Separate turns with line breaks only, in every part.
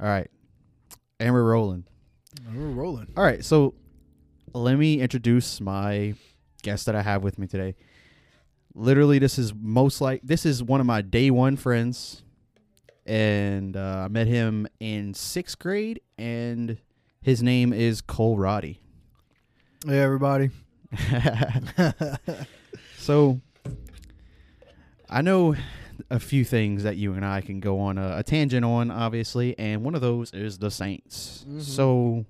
All right. And we're rolling.
We're rolling.
All right. So let me introduce my guest that I have with me today. Literally, this is most like this is one of my day one friends, and uh, I met him in sixth grade, and his name is Cole Roddy.
Hey everybody.
so I know a few things that you and I can go on a, a tangent on, obviously, and one of those is the Saints.
Mhm.
So,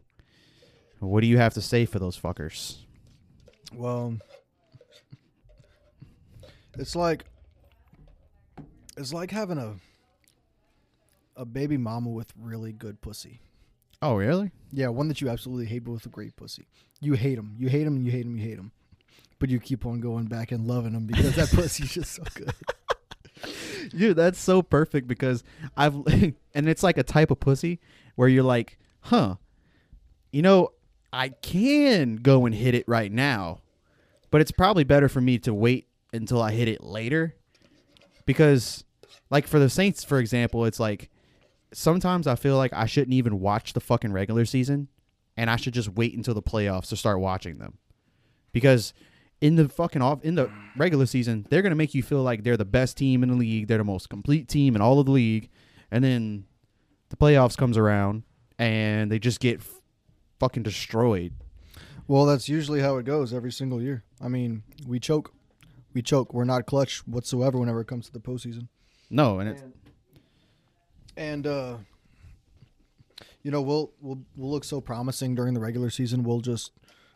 what do you have to say for those fuckers?
Well, it's like it's like having a a baby mama with really good pussy.
Oh, really?
Yeah, one that you absolutely hate, but with a great pussy. You hate them. You hate them. You hate them. You hate them. But you keep on going back and loving them because that pussy's just so good.
Dude, that's so perfect because I've and it's like a type of pussy where you're like, huh, you know, I can go and hit it right now, but it's probably better for me to wait until I hit it later. Because like for the Saints, for example, it's like sometimes I feel like I shouldn't even watch the fucking regular season and I should just wait until the playoffs to start watching them. Because in the fucking off in the regular season, they're gonna make you feel like they're the best team in the league, they're the most complete team in all of the league, and then the playoffs comes around and they just get f- fucking destroyed.
Well, that's usually how it goes every single year. I mean, we choke. We choke. We're not clutch whatsoever whenever it comes to the postseason.
No, and it's
and uh you know we'll we'll we'll look so promising during the regular season we'll just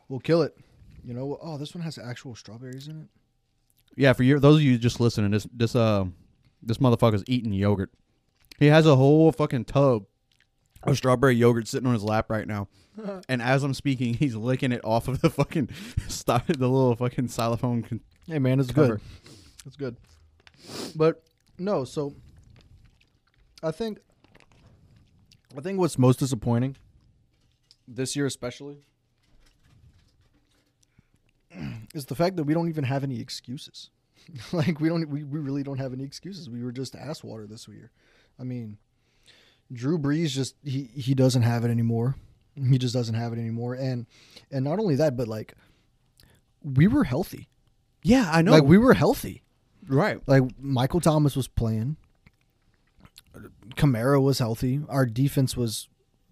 we'll kill it you know oh this one has actual strawberries in it
yeah. For your, those of you just listening, this this uh this motherfucker's eating yogurt. He has a whole fucking tub of strawberry yogurt sitting on his lap right now. And as I'm speaking, he's licking it off of the fucking stop the little fucking xylophone con-
hey man it's
Cover.
good it's good but no so i think i think what's most disappointing this year especially is the fact that we don't even have any excuses like we don't we, we really don't have any excuses we were just ass water this year i mean drew brees just he he doesn't have it anymore he just doesn't have it anymore and and not only that but like we were healthy
Yeah, I know.
like we were healthy.
right.
Like Michael Thomas was playing. Camaro was healthy. Our defense was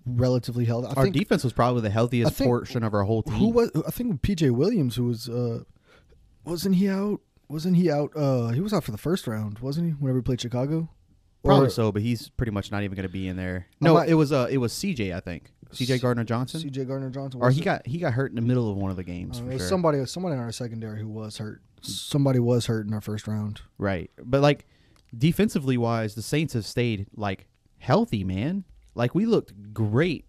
relatively healthy. I
our
think
defense was probably the healthiest
I think-
portion of our whole team.
who was I think PJ Williams who was uh wasn't he out? Wasn't he out uh he was out for the first round, wasn't he? Whenever he played Chicago?
probably
Or
so, but he's pretty much not even going to be in there.
I
No,
might-
it was uh, it was CJ, I think.
C-
CJ Gardner Johnson,
CJ Gardner Johnson Uh,
or he got he got hurt in the middle of one of the games. for sure.
somebody somebody in our secondary who was hurt. Somebody was hurt in our first round.
Right. But like defensively wise, the Saints have stayed like healthy, man. Like we looked great.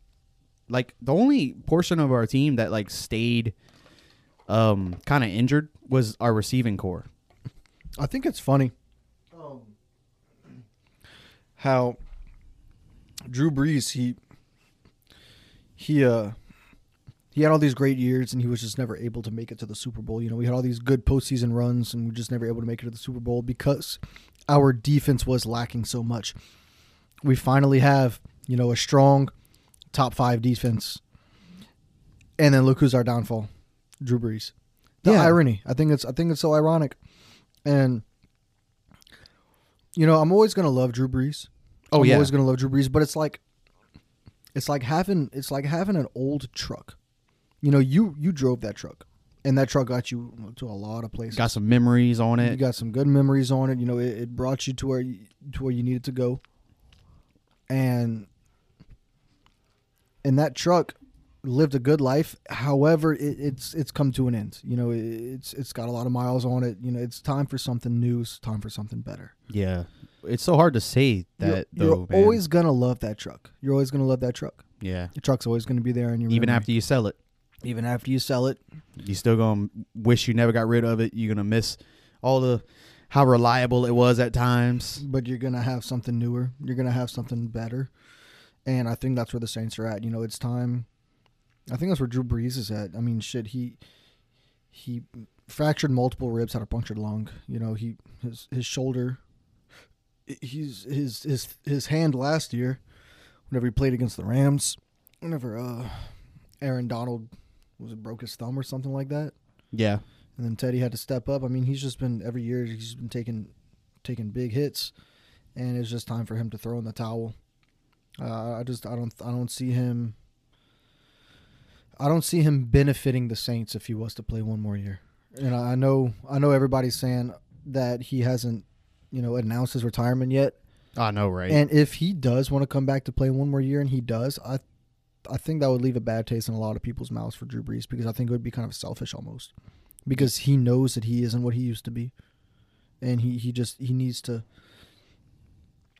Like the only portion of our team that like stayed um kind of injured was our receiving core.
I think it's funny how Drew Brees he he uh he had all these great years and he was just never able to make it to the Super Bowl. You know, we had all these good postseason runs and we just never able to make it to the Super Bowl because our defense was lacking so much. We finally have, you know, a strong top five defense. And then look who's our downfall. Drew Brees. The
Yeah.
irony. I think it's I think it's so ironic. And you know, I'm always gonna love Drew Brees.
Oh,
I'm
yeah.
always gonna love Drew Brees, but it's like it's like having it's like having an old truck. You know, you you drove that truck, and that truck got you to a lot of places.
Got some memories on
you
it.
got some good memories on it. You know, it, it brought you to where you, to where you needed to go, and and that truck lived a good life. However, it, it's it's come to an end. You know, it, it's it's got a lot of miles on it. You know, it's time for something new. It's time for something better
yeah. It's so hard to say that
you're,
though.
you're
man.
always gonna love that truck. You're always gonna love that truck.
yeah.
Your truck's always gonna be there in your
Even
memory.
after you sell it,
even after you sell it.
you still going to wish you never got rid of it. You're going to miss all the how reliable it was at times.
But you're gonna have something newer. You're gonna have something better, and I think that's where the Saints are at. You know, it's time. I think that's where Drew Brees is at. I mean, shit, he he fractured multiple ribs, had a punctured lung. You know, he his his shoulder. He's his his his hand last year whenever he played against the Rams, whenever uh, Aaron Donald was it broke his thumb or something like that,
Yeah.
and then Teddy had to step up. I mean, he's just been every year he's been taking taking big hits, and it's just time for him to throw in the towel. Uh, I just I don't I don't see him. I don't see him benefiting the Saints if he was to play one more year. And I I know I know everybody's saying that he hasn't, you know, announced his retirement yet.
I know, right?
And if he does want to come back to play one more year, and he does, I, I think that would leave a bad taste in a lot of people's mouths for Drew Brees because I think it would be kind of selfish almost, because he knows that he isn't what he used to be, and he he just he needs to.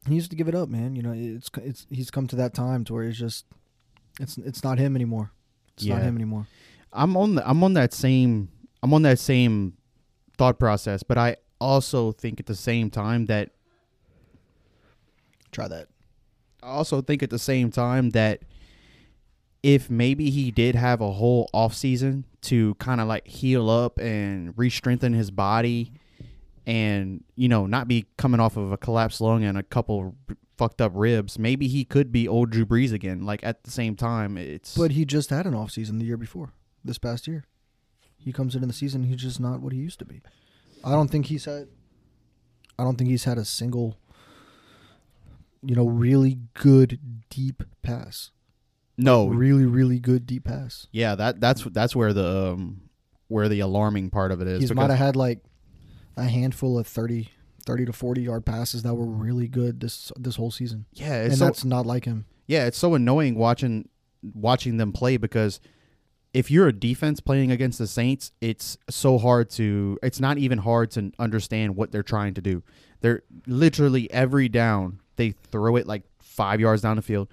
He needs to give it up, man. You know, it's it's he's come to that time to where it's just, it's it's not him anymore. It's not
Yeah.
him anymore.
I'm on the, I'm on that same I'm on that same thought process, but I also think at the same time that
Try that.
I also think at the same time that if maybe he did have a whole offseason to kind of like heal up and re-strengthen his body and you know not be coming off of a collapsed lung and a couple r- fucked up ribs maybe he could be old drew brees again like at the same time it's
But he just had an off season the year before, this past year. He comes into the season, he's just not what he used to be. I don't think he's had. I don't think he's had a single, you know, really good deep pass.
no
Really, really good deep pass.
yeah that that's that's where the um where the alarming part of it is
He's
because-
might have had like a handful of 30, 30 to forty yard passes that were really good this this whole season,
yeah
and
it's so,
that's not like him.
yeah, it's so annoying watching watching them play because if you're a defense playing against the Saints, it's so hard to it's not even hard to understand what they're trying to do. They're literally every down, they throw it like 5 yards down the field,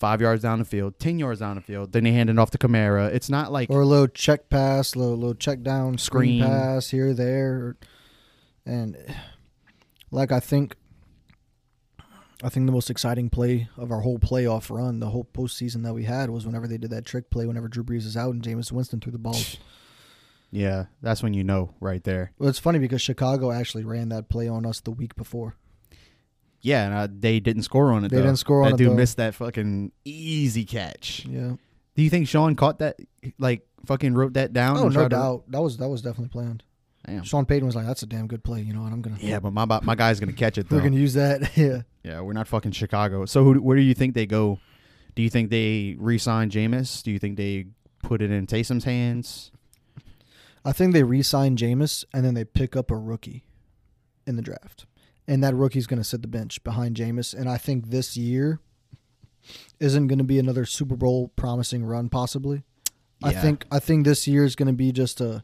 5 yards down the field, 10 yards down the field, then they hand it off to Kamara. It's not like
or a little check pass, little little check down screen,
Screen.
pass here there, and like I think, I think the most exciting play of our whole playoff run, the whole postseason that we had, was whenever they did that trick play, whenever Drew Brees is out and Jameis Winston threw the ball.
yeah, that's when you know right there.
well, it's funny because Chicago actually ran that play on us the week before.
Yeah, and uh they didn't score on it.
They
though.
didn't score on
that
it,
dude
though.
missed that fucking easy catch.
Yeah.
Do you think Sean caught that? Like fucking wrote that down?
Oh
and
no
tried to-
doubt that was that was definitely planned.
Damn.
Sean Payton was like, "That's a damn good play," you know, and I'm gonna
Yeah, but my bu- my guy's gonna catch it though.
we're gonna use that. yeah.
yeah, we're not fucking Chicago. So who, where do you think they go? Do you think they re-sign Jameis? Do you think they put it in Taysom's hands?
I think they re-sign Jameis and then they pick up a rookie in the draft. And that rookie's going to sit the bench behind Jameis. And I think this year isn't going to be another Super Bowl promising run, possibly. I
Yeah.
think I think this year is going to be just a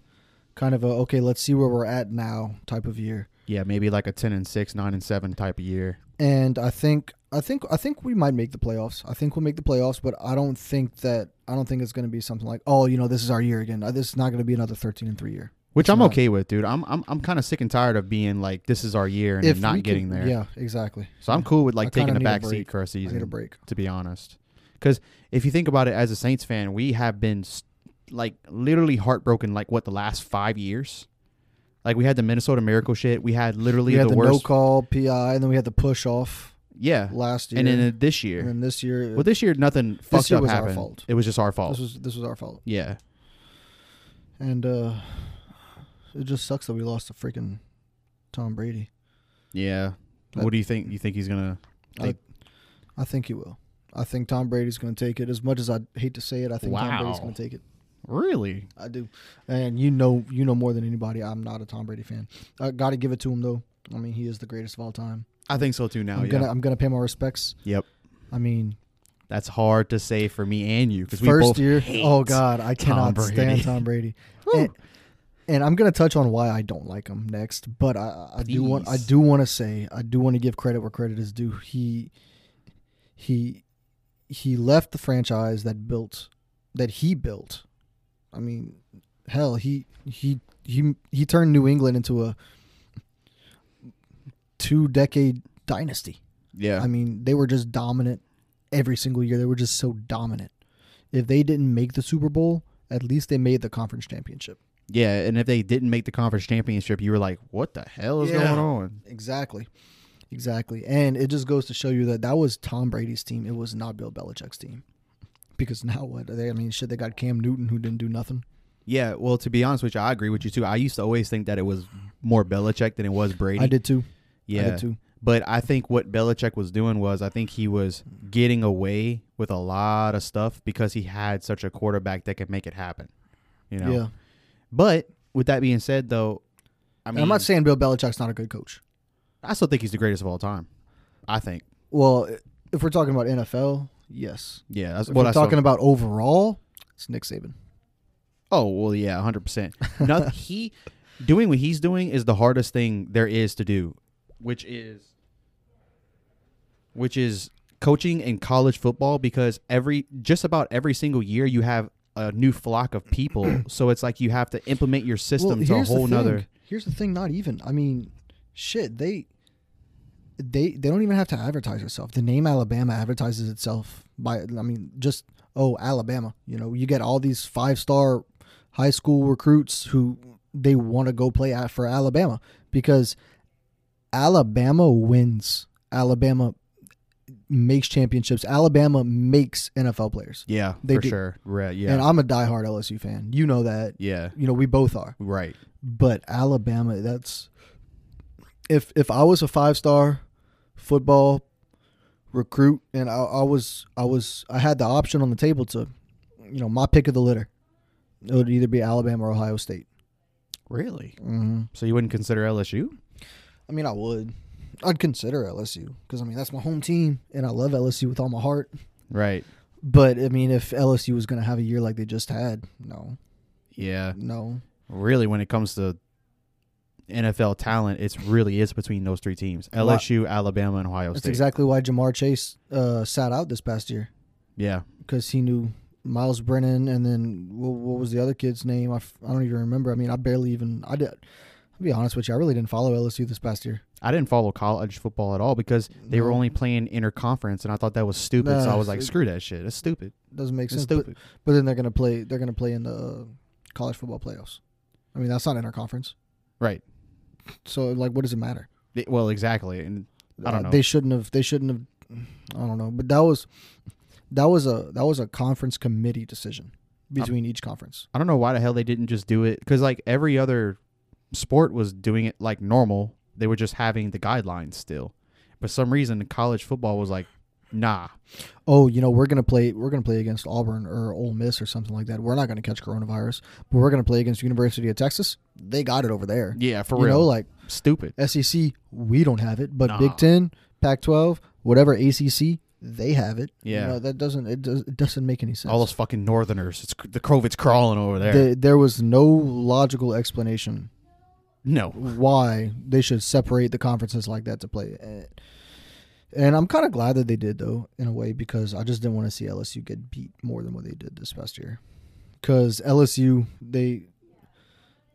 kind of a okay, let's see where we're at now type of year.
Yeah, maybe like a ten and six, nine and seven type of year.
And I think I think I think we might make the playoffs. I think we'll make the playoffs, but I don't think that I don't think it's going to be something like, oh, you know, this is our year again. Uh, This is not going to be another thirteen and three year.
Which
It's
I'm
not-
okay with, dude. I'm I'm I'm kind of sick and tired of being like this is our year and then
we
not
can-
getting there.
yeah, exactly.
So I'm cool with like
I kinda
taking a
need a
back seat
break.
for a
I need a
season,
break.
to be honest. Because if you think about it, as a Saints fan, we have been s- like literally heartbroken. Like what the last five years. Like we had the Minnesota Miracle shit. We had literally
We had
the,
the,
worst
no call PI, and then we had the push off
Yeah,
last year,
and then uh, this
and
year.
then this year,
Well, this year nothing fucked
year
up
was our
happened.
fault.
It was just our fault.
this was this was our fault,
yeah,
and uh, it just sucks that we lost to freaking Tom Brady.
yeah.
That-
what do you think? You think he's gonna? Like-
I think he will. I think Tom Brady's going to take it. As much as I hate to say it, I think Tom Brady's
Wow.
going to take it.
Really?
I do, and you know, you know more than anybody. I'm not a Tom Brady fan. I got to give it to him though. I mean, he is the greatest of all time.
I think so too. Now,
I'm
Oh, yeah.
gonna, I'm gonna pay my respects.
Yep.
I mean,
That's hard to say for me and you because we
first
both
year.
hate
Oh God, I
Tom
cannot
Brady.
stand Tom Brady. and, and I'm gonna touch on why I don't like him next, but I, I do want I
Please.
do want to say I do want to give credit where credit is due. He he he left the franchise that built that he built. I mean, hell, he he he he turned New England into a two decade dynasty.
Yeah,
I mean, they were just dominant every single year. They were just so dominant. If they didn't make the Super Bowl, at least they made the conference championship.
yeah. And if they didn't make the conference championship, you were like, "What the hell is
Yeah.
going on?"
Exactly. Exactly. And it just goes to show you that that was Tom Brady's team. It was not Bill Belichick's team. Because now what? They, I mean, shit, they got Cam Newton who didn't do nothing.
Yeah, well, to be honest with you, I agree with you too. I used to always think that it was more Belichick than it was Brady.
I did too.
yeah,
I did too.
but I think what Belichick was doing was I think he was getting away with a lot of stuff because he had such a quarterback that could make it happen. You know.
Yeah.
But with that being said, though, I
And
mean,
I'm not saying Bill Belichick's not a good coach.
I still think he's the greatest of all time. I think.
Well, if we're talking about NFL, yes.
Yeah, that's
If
what
we're
I'm
talking about overall, it's Nick Saban.
Oh well, yeah, hundred percent. Not he doing what he's doing is the hardest thing there is to do, which is which is coaching in college football because every just about every single year you have a new flock of people, so it's like you have to implement your system to a
here's the
whole
thing.
nother.
Here's the thing. Not even. I mean, shit. They, they, they don't even have to advertise itself. The name Alabama advertises itself by. I mean, just oh Alabama. You know, you get all these five star high school recruits who they want to go play at for Alabama because Alabama wins. Alabama makes championships. Alabama makes NFL players.
Yeah,
They
for
do.
sure. Right. Yeah.
And I'm a diehard LSU fan. You know that.
yeah.
You know we both are
Right.
but Alabama, that's if if I was a five star football recruit and I, I was I was I had the option on the table to, you know, my pick of the litter, it would either be Alabama or Ohio State.
Really.
Mm-hmm.
So you wouldn't consider LSU?
I mean, I would, I'd consider LSU because I mean that's my home team and I love LSU with all my heart.
Right.
But I mean, if LSU was gonna have a year like they just had, no,
Yeah.
no,
really when it comes to NFL talent, it's really is between those three teams: LSU, Alabama, and Ohio
that's
State.
exactly why Jamar Chase uh, sat out this past year.
yeah,
because he knew Miles Brennan, and then what, what was the other kid's name? I, f- I don't even remember. I mean, I barely even I did. I'll be honest with you, I really didn't follow LSU this past year.
I didn't follow college football at all because they were
No.
only playing interconference, and I thought that was stupid. so
Nah,
I was like,
it-
screw that shit. It's stupid.
Doesn't make
It's
sense. But,
stupid.
but then they're gonna play. They're gonna play in the uh, college football playoffs. I mean, that's not in our conference.
right.
So like, what does it matter? Uh,
They- well, exactly. And I don't know.
They shouldn't have. They shouldn't have. I don't know. But that was that was a that was a conference committee decision between each conference.
I don't know why the hell they didn't just do it because like every other sport was doing it like normal. They were just having the guidelines still, but some reason college football was like, nah.
oh, you know, we're gonna play, we're gonna play against Auburn or Ole Miss or something like that. We're not gonna catch coronavirus, but we're gonna play against University of Texas. They got it over there.
Yeah, for
you
real.
know, like
stupid.
SEC, we don't have it, but
Nah.
Big Ten, Pac-12, whatever ACC, they have it.
Yeah.
you know, that doesn't it, does, it doesn't make any sense.
All those fucking northerners. It's the COVID's crawling over there.
there. there was no logical explanation
no.
why they should separate the conferences like that to play. And- And I'm kind of glad that they did though, in a way, because I just didn't want to see LSU get beat more than what they did this past year. Because LSU, they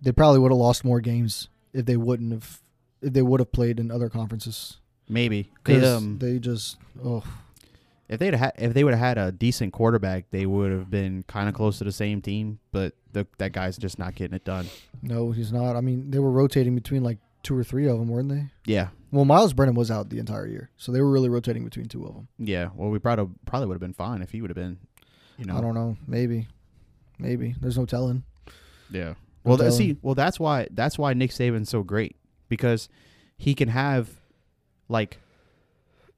they probably would have lost more games if they wouldn't have if they would have played in other conferences.
Maybe
'Cause
they, um,
they just oh
if they'd had if they would have had a decent quarterback, they would have been kind of close to the same team. But the, that guy's just not getting it done.
no, he's not. I mean, they were rotating between like two or three of them, weren't they?
Yeah,
Well, Miles Brennan was out the entire year, so they were really rotating between two of them.
yeah. Well, we probably probably would have been fine if he would have been, you know.
I don't know, maybe, maybe. There's no telling.
Yeah. Well,
No
that,
telling.
see, well that's why that's why Nick Saban's so great because he can have like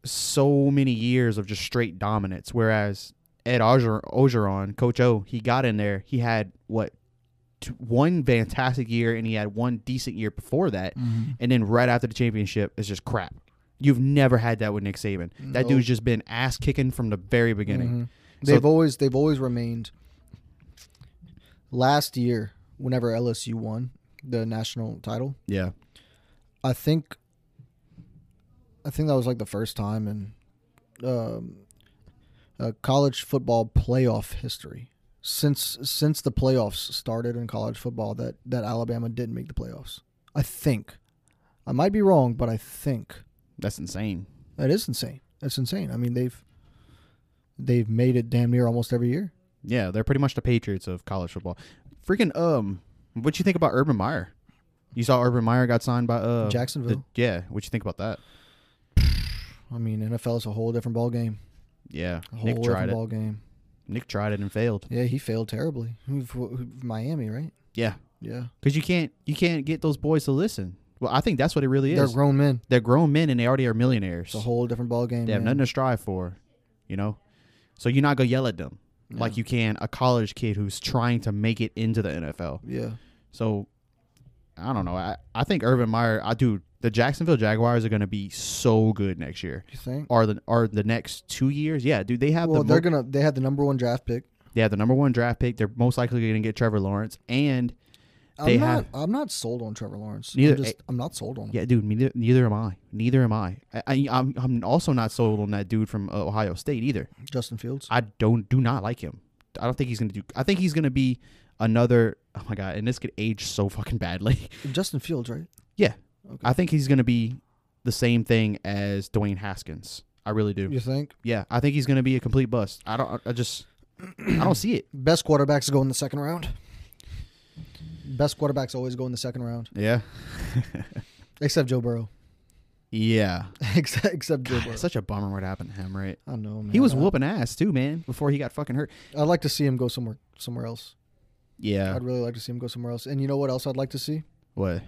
so many years of just straight dominance, whereas Ed Oger- Ogeron, Coach O, he got in there, he had what t- one fantastic year, and he had one decent year before that, and then right after the championship, it's just crap. You've never had that with Nick Saban. That
No.
dude's just been ass kicking from the very beginning.
Mhm.
So-
They've always they've always remained. Last year, whenever LSU won the national title,
Yeah,
I think. I think that was like the first time in um, uh, college football playoff history since since the playoffs started in college football that that Alabama didn't make the playoffs. I think. I might be wrong, but I think.
that's insane.
That is insane. That's insane. I mean, they've they've made it damn near almost every year.
Yeah, they're pretty much the Patriots of college football. Freaking um, what you think about Urban Meyer? You saw Urban Meyer got signed by uh
Jacksonville.
the- yeah, what you think about that?
I mean, NFL is a whole different ball game.
Yeah,
A whole
Nick
different
tried it.
ball game.
Nick tried it and failed.
Yeah, he failed terribly. Who- who- who- Miami, right?
Yeah,
Yeah,
because you can't you can't get those boys to listen. Well, I think that's what it really is.
they're
They're,
grown men.
grown men and they already are millionaires.
It's a whole different ball game.
They have
man.
nothing to strive for, you know. So you're not gonna yell at them like
Yeah.
you can a college kid who's trying to make it into the NFL.
Yeah,
So I don't know. I, I think Urban Meyer. I do. The Jacksonville Jaguars are gonna be so good next year.
you think?
Are the are the next two years? Yeah, dude. They have
Well,
the
they're
mo-
gonna. They had the number one draft pick.
they have the number one draft pick. They're most likely gonna get Trevor Lawrence and They
I'm not.
have-
I'm not sold on Trevor Lawrence.
Neither-
I'm, just, I'm not sold on him.
Yeah, dude. Neither, neither am I. Neither am I. I, I I'm, I'm also not sold on that dude from uh, Ohio State either.
Justin Fields.
I don't do not like him. I don't think he's gonna do. I think he's gonna be another. Oh my god! And this could age so fucking badly.
Justin Fields, right?
yeah,
Okay.
I think he's gonna be the same thing as Dwayne Haskins. I really do. Yeah,
You think
I think he's gonna be a complete bust. I don't. I just. I don't see it.
best quarterbacks go in the second round? Best quarterbacks always go in the second round,
Yeah.
except Joe Burrow.
Yeah.
except except Joe Burrow.
It's such a bummer what happened to him, right?
I don't know. Man.
He was
I-
whooping ass too, man. Before he got fucking hurt.
I'd like to see him go somewhere somewhere else.
Yeah.
I'd really like to see him go somewhere else. And you know what else I'd like to see?
What?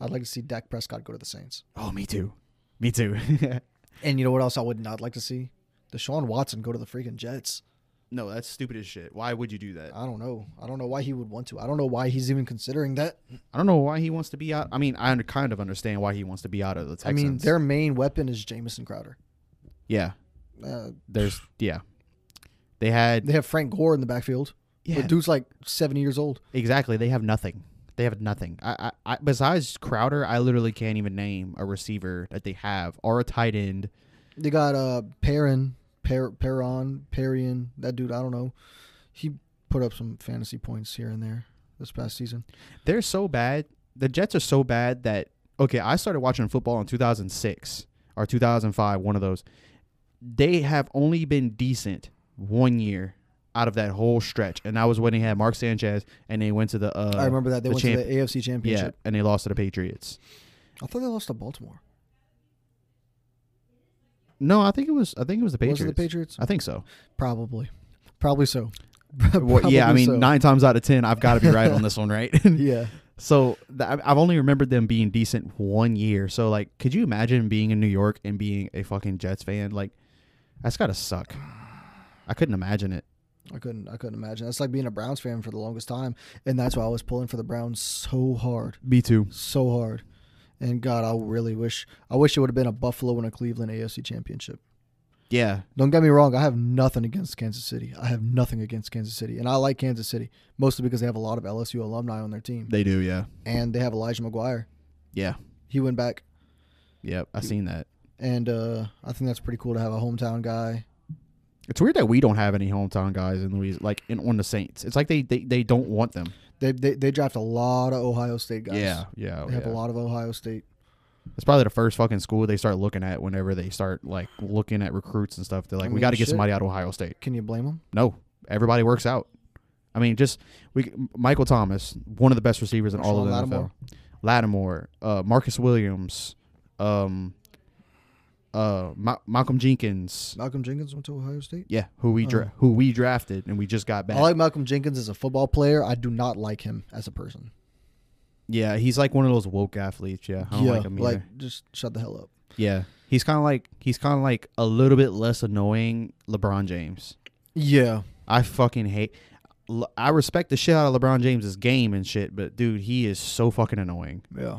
I'd like to see Dak Prescott go to the Saints.
Oh, me too. Me too.
And you know what else I would not like to see? Deshaun Watson go to the freaking Jets.
no, that's stupid as shit. Why would you do that?
I don't know. I don't know why he would want to. I don't know why he's even considering that.
I don't know why he wants to be out. I mean, I under, kind of understand why he wants to be out of the
I
Texans.
mean, their main weapon is Jamison Crowder.
yeah.
Uh,
There's yeah. They had
they have Frank Gore in the backfield.
yeah
The dude's like 70 years old.
exactly. They have nothing. They have nothing. I, I, I besides Crowder, I literally can't even name a receiver that they have or a tight end.
They got uh Perrin, per, Perron, Perrion, that dude, I don't know. He put up some fantasy points here and there this past season.
They're so bad. The Jets are so bad that okay, I started watching football in 2006 or 2005, one of those. They have only been decent one year out of that whole stretch, and that was when they had Mark Sanchez, and they went to the. Uh,
I remember that they
the
went
champ-
to the AFC Championship.
Yeah, and they lost to the Patriots.
I thought they lost to Baltimore.
No, I think it was. I think it was the Patriots.
Was it the Patriots?
I think so.
Probably, probably so.
Well, yeah, I
Probably
mean,
so.
nine times out of ten, I've got to be right on this one, right?
Yeah,
so th- I've I've only remembered them being decent one year. So like, could you imagine being in New York and being a fucking Jets fan? Like, that's gotta suck. I couldn't imagine it.
I couldn't. I couldn't imagine. That's like being a Browns fan for the longest time, and that's why I was pulling for the Browns so hard,
Me too.
so hard. And God, I really wish. I wish it would have been a Buffalo and a Cleveland AFC Championship.
Yeah,
Don't get me wrong. I have nothing against Kansas City. I have nothing against Kansas City, and I like Kansas City mostly because they have a lot of LSU alumni on their team,
they do. Yeah,
and they have Elijah McGuire.
yeah,
He went back,
yeah. I seen that.
and uh, I think that's pretty cool to have a hometown guy.
It's weird that we don't have any hometown guys in Louisiana, like in, on the Saints. It's like they, they, they don't want them.
They they, they draft a lot of Ohio State guys.
yeah. oh,
They have
yeah.
a lot of Ohio State.
It's probably the first fucking school they start looking at whenever they start like looking at recruits and stuff. They're like,
I
we
mean,
got to get
shit.
somebody out of Ohio State.
Can you blame them?
No, everybody works out. I mean, just we Michael Thomas, one of the best receivers in all of
Sean
the
Lattimore.
NFL. Lattimore, uh, Marcus Williams, um, uh, Ma- Malcolm Jenkins.
Malcolm Jenkins went to Ohio State.
Yeah, who we dra-
Oh.
who we drafted and we just got back.
I like Malcolm Jenkins as a football player. I do not like him as a person.
yeah, he's like one of those woke athletes. Yeah, I don't
yeah,
like him either.
just shut the hell up.
yeah, he's kind of like he's kind of like a little bit less annoying LeBron James.
Yeah,
I fucking hate. L- I respect the shit out of LeBron James's game and shit, but dude, he is so fucking annoying.
yeah.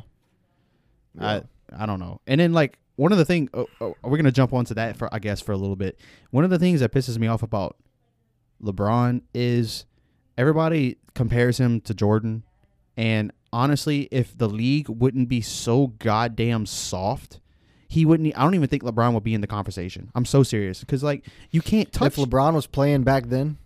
Yeah.
I I don't know. And then like one of the thing oh, oh, we're gonna jump onto that for I guess for a little bit. One of the things that pisses me off about LeBron is everybody compares him to Jordan, and honestly, if the league wouldn't be so goddamn soft. He wouldn't. e, I don't even think LeBron would be in the conversation. I'm so serious because, like, you can't touch.
If LeBron was playing back then,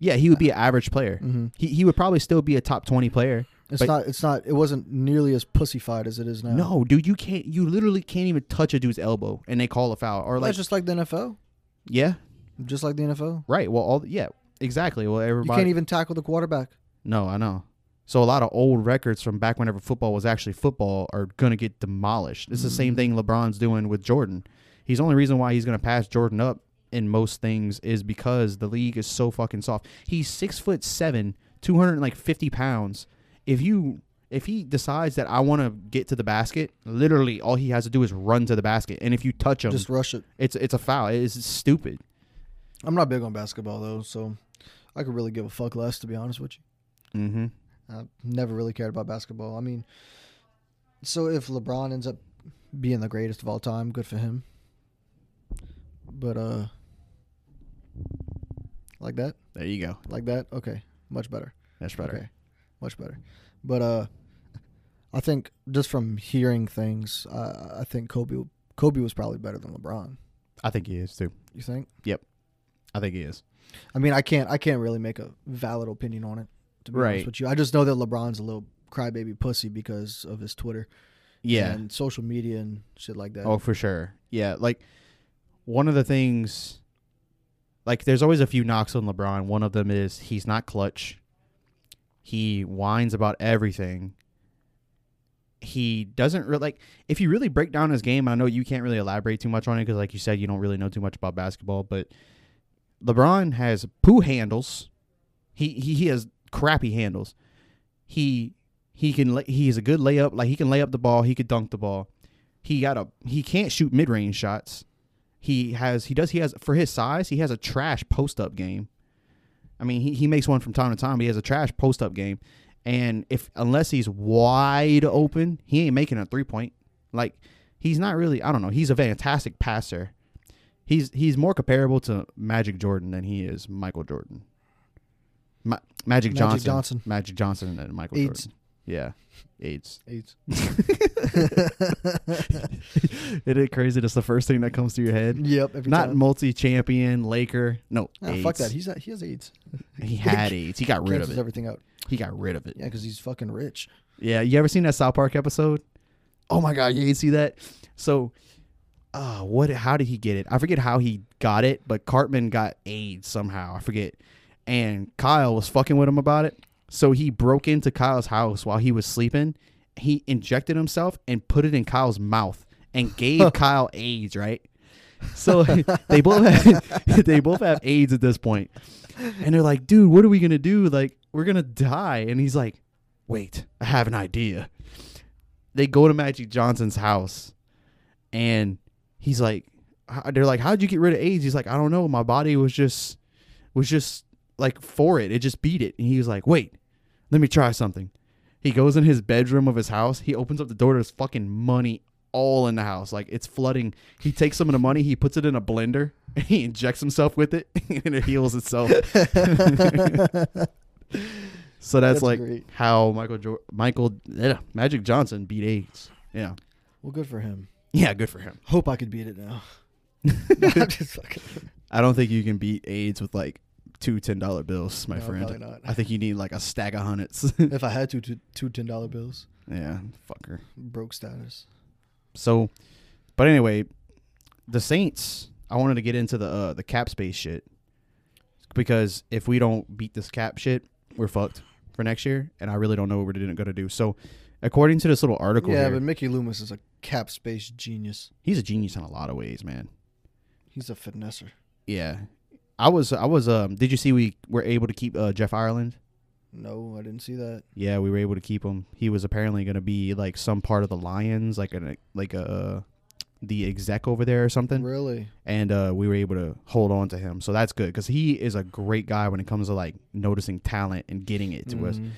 yeah, he would be an average player.
mhm.
He, he would probably still be a top 20 player.
it's
But-
not. It's not. It wasn't nearly as pussyfied as it is now.
No, dude, you can't. You literally can't even touch a dude's elbow, and they call a foul. Or
Well,
like,
that's just like the NFL.
yeah,
Just like the NFL.
right. Well, all yeah, exactly. Well,
You
everybody.
can't even tackle the quarterback.
no, I know. So a lot of old records from back whenever football was actually football are gonna get demolished. It's the same thing LeBron's doing with Jordan. He's the only reason why he's gonna pass Jordan up in most things is because the league is so fucking soft. He's six foot seven, two hundred and like fifty pounds. If you if he decides that I want to get to the basket, literally all he has to do is run to the basket. And if you touch him,
Just rush it.
it's it's a foul. It is stupid.
I'm not big on basketball though, so I could really give a fuck less to be honest with you.
Mm-hmm.
I never really cared about basketball. I mean, so if LeBron ends up being the greatest of all time, good for him. But uh, like that,
There you go.
like that, okay, much better.
That's better.
Okay. Much better. But uh I think just from hearing things, uh, I I think Kobe Kobe was probably better than LeBron.
I think he is too.
You think?
I think he is.
I mean, I can't I can't really make a valid opinion on it to be
Right.
honest with you. I just know that LeBron's a little crybaby pussy because of his Twitter
Yeah.
and uh, social media and shit like that.
Oh, for sure. Yeah, like one of the things like there's always a few knocks on LeBron. One of them is he's not clutch. He whines about everything. He doesn't really like if you really break down his game, I know you can't really elaborate too much on it cuz like you said you don't really know too much about basketball, but LeBron has poo handles. He he, he has crappy handles. He he can lay, he's a good layup. Like he can lay up the ball, he could dunk the ball he got a he can't shoot mid range shots. He has he does he has for his size he has a trash post up game. I mean he, he makes one from time to time. But he has a trash post up game, and if unless he's wide open, he ain't making a three point. Like he's not really I don't know. He's a fantastic passer. He's he's more comparable to Magic Jordan than he is Michael Jordan. Ma- Magic
Magic
Johnson,
Johnson.
Magic Johnson, and Michael
AIDS.
Jordan. Yeah, AIDS.
AIDS.
It is crazy. That's the first thing that comes to your head.
Yep, every
Not
time.
multi-champion Laker. No,
Ah, fuck
AIDS.
that. He's he has AIDS.
he had AIDS. He got rid of
Cancels
it.
everything out.
He got rid of it.
Yeah, because he's fucking rich.
Yeah, you ever seen that South Park episode? Oh my god, you didn't see that? So, uh, what? How did he get it? I forget how he got it, but Cartman got AIDS somehow. I forget. And Kyle was fucking with him about it, so he broke into Kyle's house while he was sleeping. He injected himself and put it in Kyle's mouth and gave Kyle AIDS. Right. So they both have, they both have AIDS at this point, and they're like, "Dude, what are we gonna do? Like, we're gonna die." And he's like, "Wait, I have an idea." They go to Magic Johnson's house, and he's like, h- "They're like, how'd you get rid of AIDS?" He's like, "I don't know. My body was just was just like for it. It just beat it." And he was like, "Wait, let me try something." He goes in his bedroom of his house. He opens up the door. There's fucking money all in the house. Like it's flooding. He takes some of the money. He puts it in a blender. And he injects himself with it, and it heals itself. so that's,
That's
like
great.
how Michael jo- Michael yeah, Magic Johnson beat AIDS. Yeah,
Well, good for him.
yeah, good for him.
Hope I could beat it now. No, I'm just fucking-
I don't think you can beat AIDS with like two ten dollar bills, my
No,
friend.
probably not.
I think you need like a stack of hundreds.
If I had to, two, two ten dollar bills,
yeah, fucker.
broke status.
So, but anyway, the Saints. I wanted to get into the uh, the cap space shit because if we don't beat this cap shit, we're fucked for next year, and I really don't know what we're going to do. So, according to this little article,
yeah,
here,
but Mickey Loomis is a cap space genius.
he's a genius in a lot of ways, man.
He's a finesser.
Yeah, I was, I was. Um, did you see we were able to keep uh, Jeff Ireland?
No, I didn't see that.
Yeah, we were able to keep him. He was apparently going to be like some part of the Lions, like an like a the exec over there or something.
Really?
and uh, we were able to hold on to him. So that's good because he is a great guy when it comes to like noticing talent and getting it to us.
Mhm.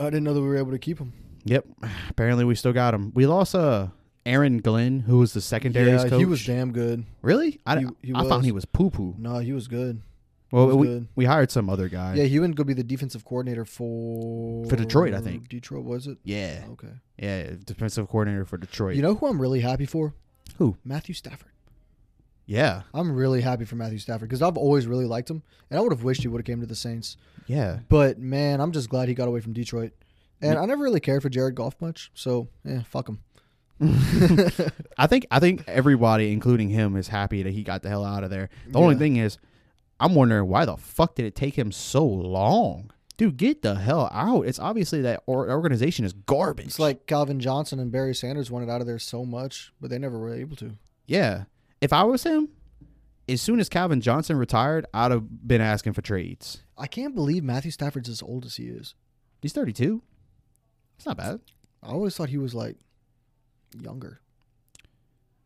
I didn't know that we were able to keep him.
Yep. Apparently, we still got him. We lost uh Aaron Glenn, who was the secondary
yeah,
coach.
he was damn good.
really. I,
he- he
I found
was.
he was poo poo.
No, he was good.
Well,
was
we
good.
we hired some other guy.
Yeah, he wouldn't go be the defensive coordinator for
For Detroit, I think.
Detroit was it?
Yeah,
Okay.
yeah, defensive coordinator for Detroit.
You know who I'm really happy for?
Who?
Matthew Stafford.
yeah,
I'm really happy for Matthew Stafford because I've always really liked him, and I would have wished he would have came to the Saints.
yeah.
But man, I'm just glad he got away from Detroit. And I never really cared for Jared Goff much, so eh, fuck him.
I think I think everybody, including him, is happy that he got the hell out of there. The only
Yeah.
thing is, I'm wondering why the fuck did it take him so long? dude, get the hell out. It's obviously that or- organization is garbage.
It's like Calvin Johnson and Barry Sanders wanted out of there so much, but they never were able to.
yeah, if I was him, as soon as Calvin Johnson retired, I'd have been asking for trades.
I can't believe Matthew Stafford's as old as he is.
He's thirty two. It's not bad.
I always thought he was like younger.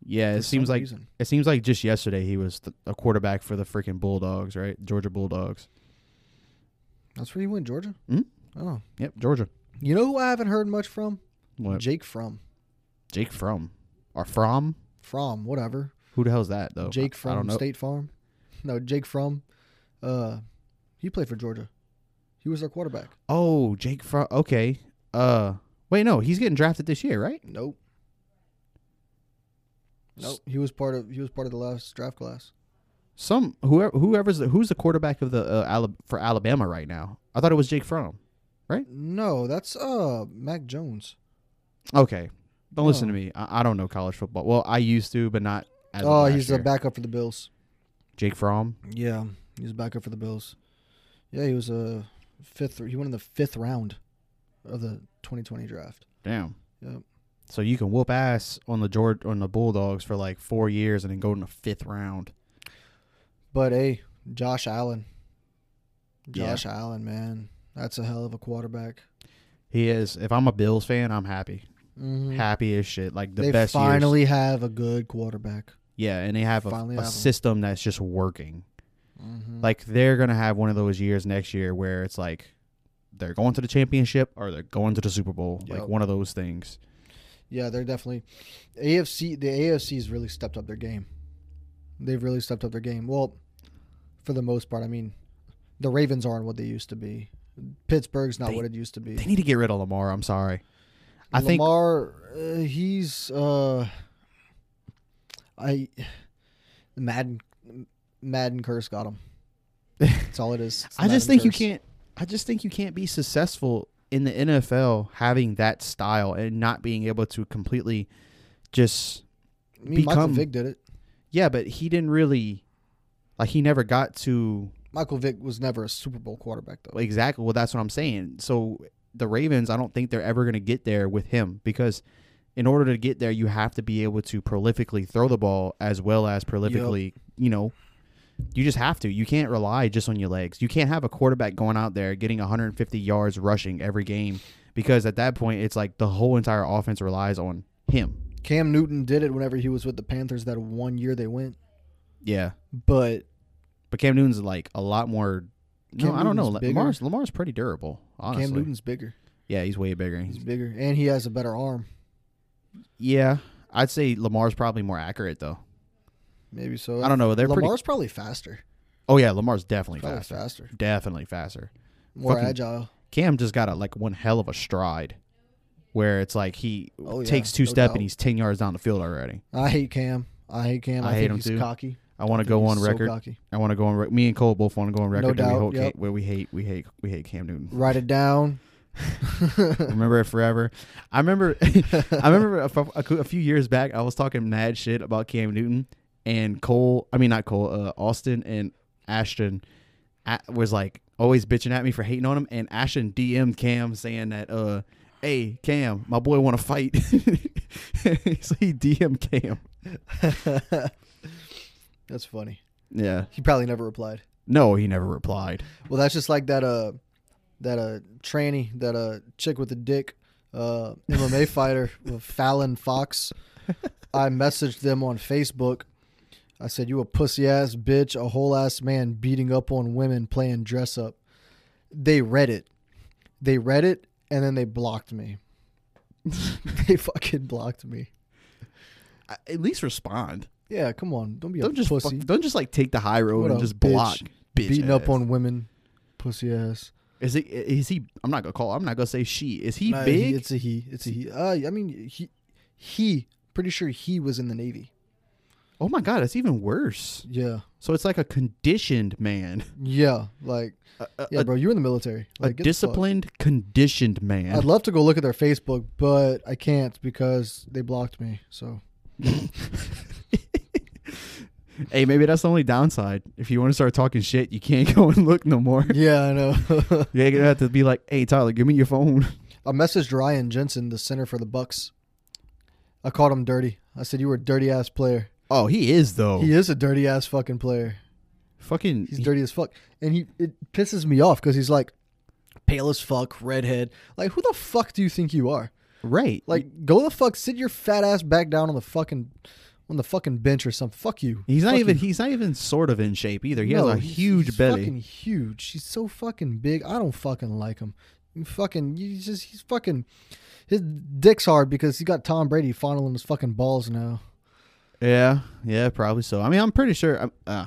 Yeah,
for
it seems
some
like
reason.
it seems like just yesterday he was th- a quarterback for the freaking Bulldogs, right? Georgia Bulldogs.
that's where you went, Georgia.
Mm.
Oh,
Yep, Georgia.
you know who I haven't heard much from?
What?
Jake Fromm.
Jake Fromm or Fromm?
Fromm, whatever.
Who the hell's that though?
Jake
Oh, I don't
from
know.
State Farm. No, Jake from. Uh, he played for Georgia. He was their quarterback.
Oh, Jake Fromm. Okay. Uh, wait, no, he's getting drafted this year, right?
Nope. Nope. He was part of he was part of the last draft class.
Some whoever whoever's the, who's the quarterback of the uh, Ala- for Alabama right now. I thought it was Jake Fromm.
No, that's uh Mac Jones.
Okay, don't listen
No.
to me. I, I don't know college football. Well, I used to, but not. As
oh,
of last
he's
year.
a backup for the Bills.
Jake Fromm.
Yeah, he was a backup for the Bills. Yeah, he was a fifth. He went in the fifth round of the 2020 draft.
Damn.
Yep.
So you can whoop ass on the George on the Bulldogs for like four years and then go in the fifth round.
But hey, Josh Allen.
Yeah.
Josh Allen, man, that's a hell of a quarterback.
He is. If I'm a Bills fan, I'm happy,
Mhm.
happy as shit. Like the
they
best. years.
finally have a good quarterback.
Yeah, and they have a,
Finally
a
have 'em.
system that's just working.
Mhm.
Like they're gonna have one of those years next year where it's like they're going to the championship or they're going to the Super Bowl.
Yep.
Like one of those things.
Yeah, they're definitely AFC. The AFC's really stepped up their game. They've really stepped up their game. Well, for the most part, I mean, the Ravens aren't what they used to be. Pittsburgh's not
They-
what it used to be.
They need to get rid of Lamar. I'm sorry. I think
Lamar, uh, he's uh, I Madden Madden curse got him. That's all it is. It's the
I just
Madden
think you
curse.
can't. I just think you can't be successful in the NFL having that style and not being able to completely just
I mean, Michael
become-
Vick did it.
yeah. But he didn't really like he never got to
Michael Vick was never a Super Bowl quarterback though.
exactly. Well, that's what I'm saying. So the Ravens, I don't think they're ever going to get there with him because in order to get there, you have to be able to prolifically throw the ball as well as prolifically, you know. You just have to. You can't rely just on your legs. You can't have a quarterback going out there getting 150 yards rushing every game because at that point it's like the whole entire offense relies on him.
Cam Newton did it whenever he was with the Panthers. That one year they went,
Yeah.
but
But Cam Newton's like a lot more No,
Cam
I don't know.
Newton's bigger.
Lamar's Lamar's pretty durable, honestly.
Cam Newton's bigger.
Yeah, he's way bigger.
He's bigger, and he has a better arm.
Yeah, I'd say Lamar's probably more accurate though.
Maybe so.
I don't know. They're pretty.
Lamar's probably faster.
Oh yeah, Lamar's definitely
Probably
faster.
faster.
Definitely faster.
More
Fucking-
agile.
Cam just got a, like one hell of a stride, where it's like he
Oh, yeah,
takes two
no
step
doubt.
and he's ten yards down the field already.
I hate Cam. I hate Cam. I,
I
think
hate him
he's
too.
cocky.
I want
I
to
think
go
he's
on
so
record.
cocky.
I want to go on. Re- me and Cole both want to go on record. that
doubt,
We hate,
yep.
where we hate, we hate, we hate Cam Newton.
Write it down.
remember it forever. I remember, I remember a, fu- a cou- a few years back, I was talking mad shit about Cam Newton and Cole. I mean, not Cole, uh, Austin and Ashton a was like always bitching at me for hating on him. And Ashton DM'd Cam saying that, uh, hey, Cam, my boy want to fight. so he DM'd Cam.
that's funny.
Yeah.
He probably never replied.
No, he never replied.
Well, that's just like that uh that uh tranny that uh chick with the dick uh MMA fighter with Fallon Fox. I messaged them on Facebook. I said, "You a pussy ass bitch, a whole ass man beating up on women playing dress up." They read it. They read it and then they blocked me. they fucking blocked me.
I- At least respond.
Yeah, come on, don't be
Don't
a
just
pussy.
fuck- don't just like take the high road
What
and
a
just
bitch.
block. Bitch
beating up
ass.
on women, pussy ass.
Is it? Is he? I'm not gonna call. I'm not gonna say she. Is he
No,
big?
it's a he. It's a he. Uh, I mean, he, he. Pretty sure he was in the navy.
oh my god, it's even worse.
Yeah,
So it's like a conditioned man,
yeah. Like,
a, a,
yeah,
Uh, a-
bro, you in the military.
a
Like, get the fuck.
disciplined, conditioned man.
I'd love to go look at their Facebook, but I can't because they blocked me. So
Hey, maybe that's the only downside. If you want to start talking shit, you can't go and look no more.
yeah, I know.
You're gonna have to be like, "Hey, Tyler, give me your phone."
I messaged Ryan Jensen, the center for the Bucks. I called him dirty. I said you were a dirty ass player.
Oh, he is though.
He is a dirty ass fucking player.
Fucking.
He's dirty as fuck, and he it pisses me off because he's like pale as fuck, redhead. Like who the fuck do you think you are?
Right.
Like go the fuck, sit your fat ass back down on the fucking on the fucking bench or something. Fuck you.
He's not
Fuck
even.
you.
He's not even sort of in shape either. He
No,
has a
he's-
huge
he's
belly.
Fucking huge. He's so fucking big. I don't fucking like him. He fucking. He's just. He's fucking. His dick's hard because he got Tom Brady fondling his fucking balls now.
Yeah, yeah, probably so. I mean, I'm pretty sure. I'm- Uh,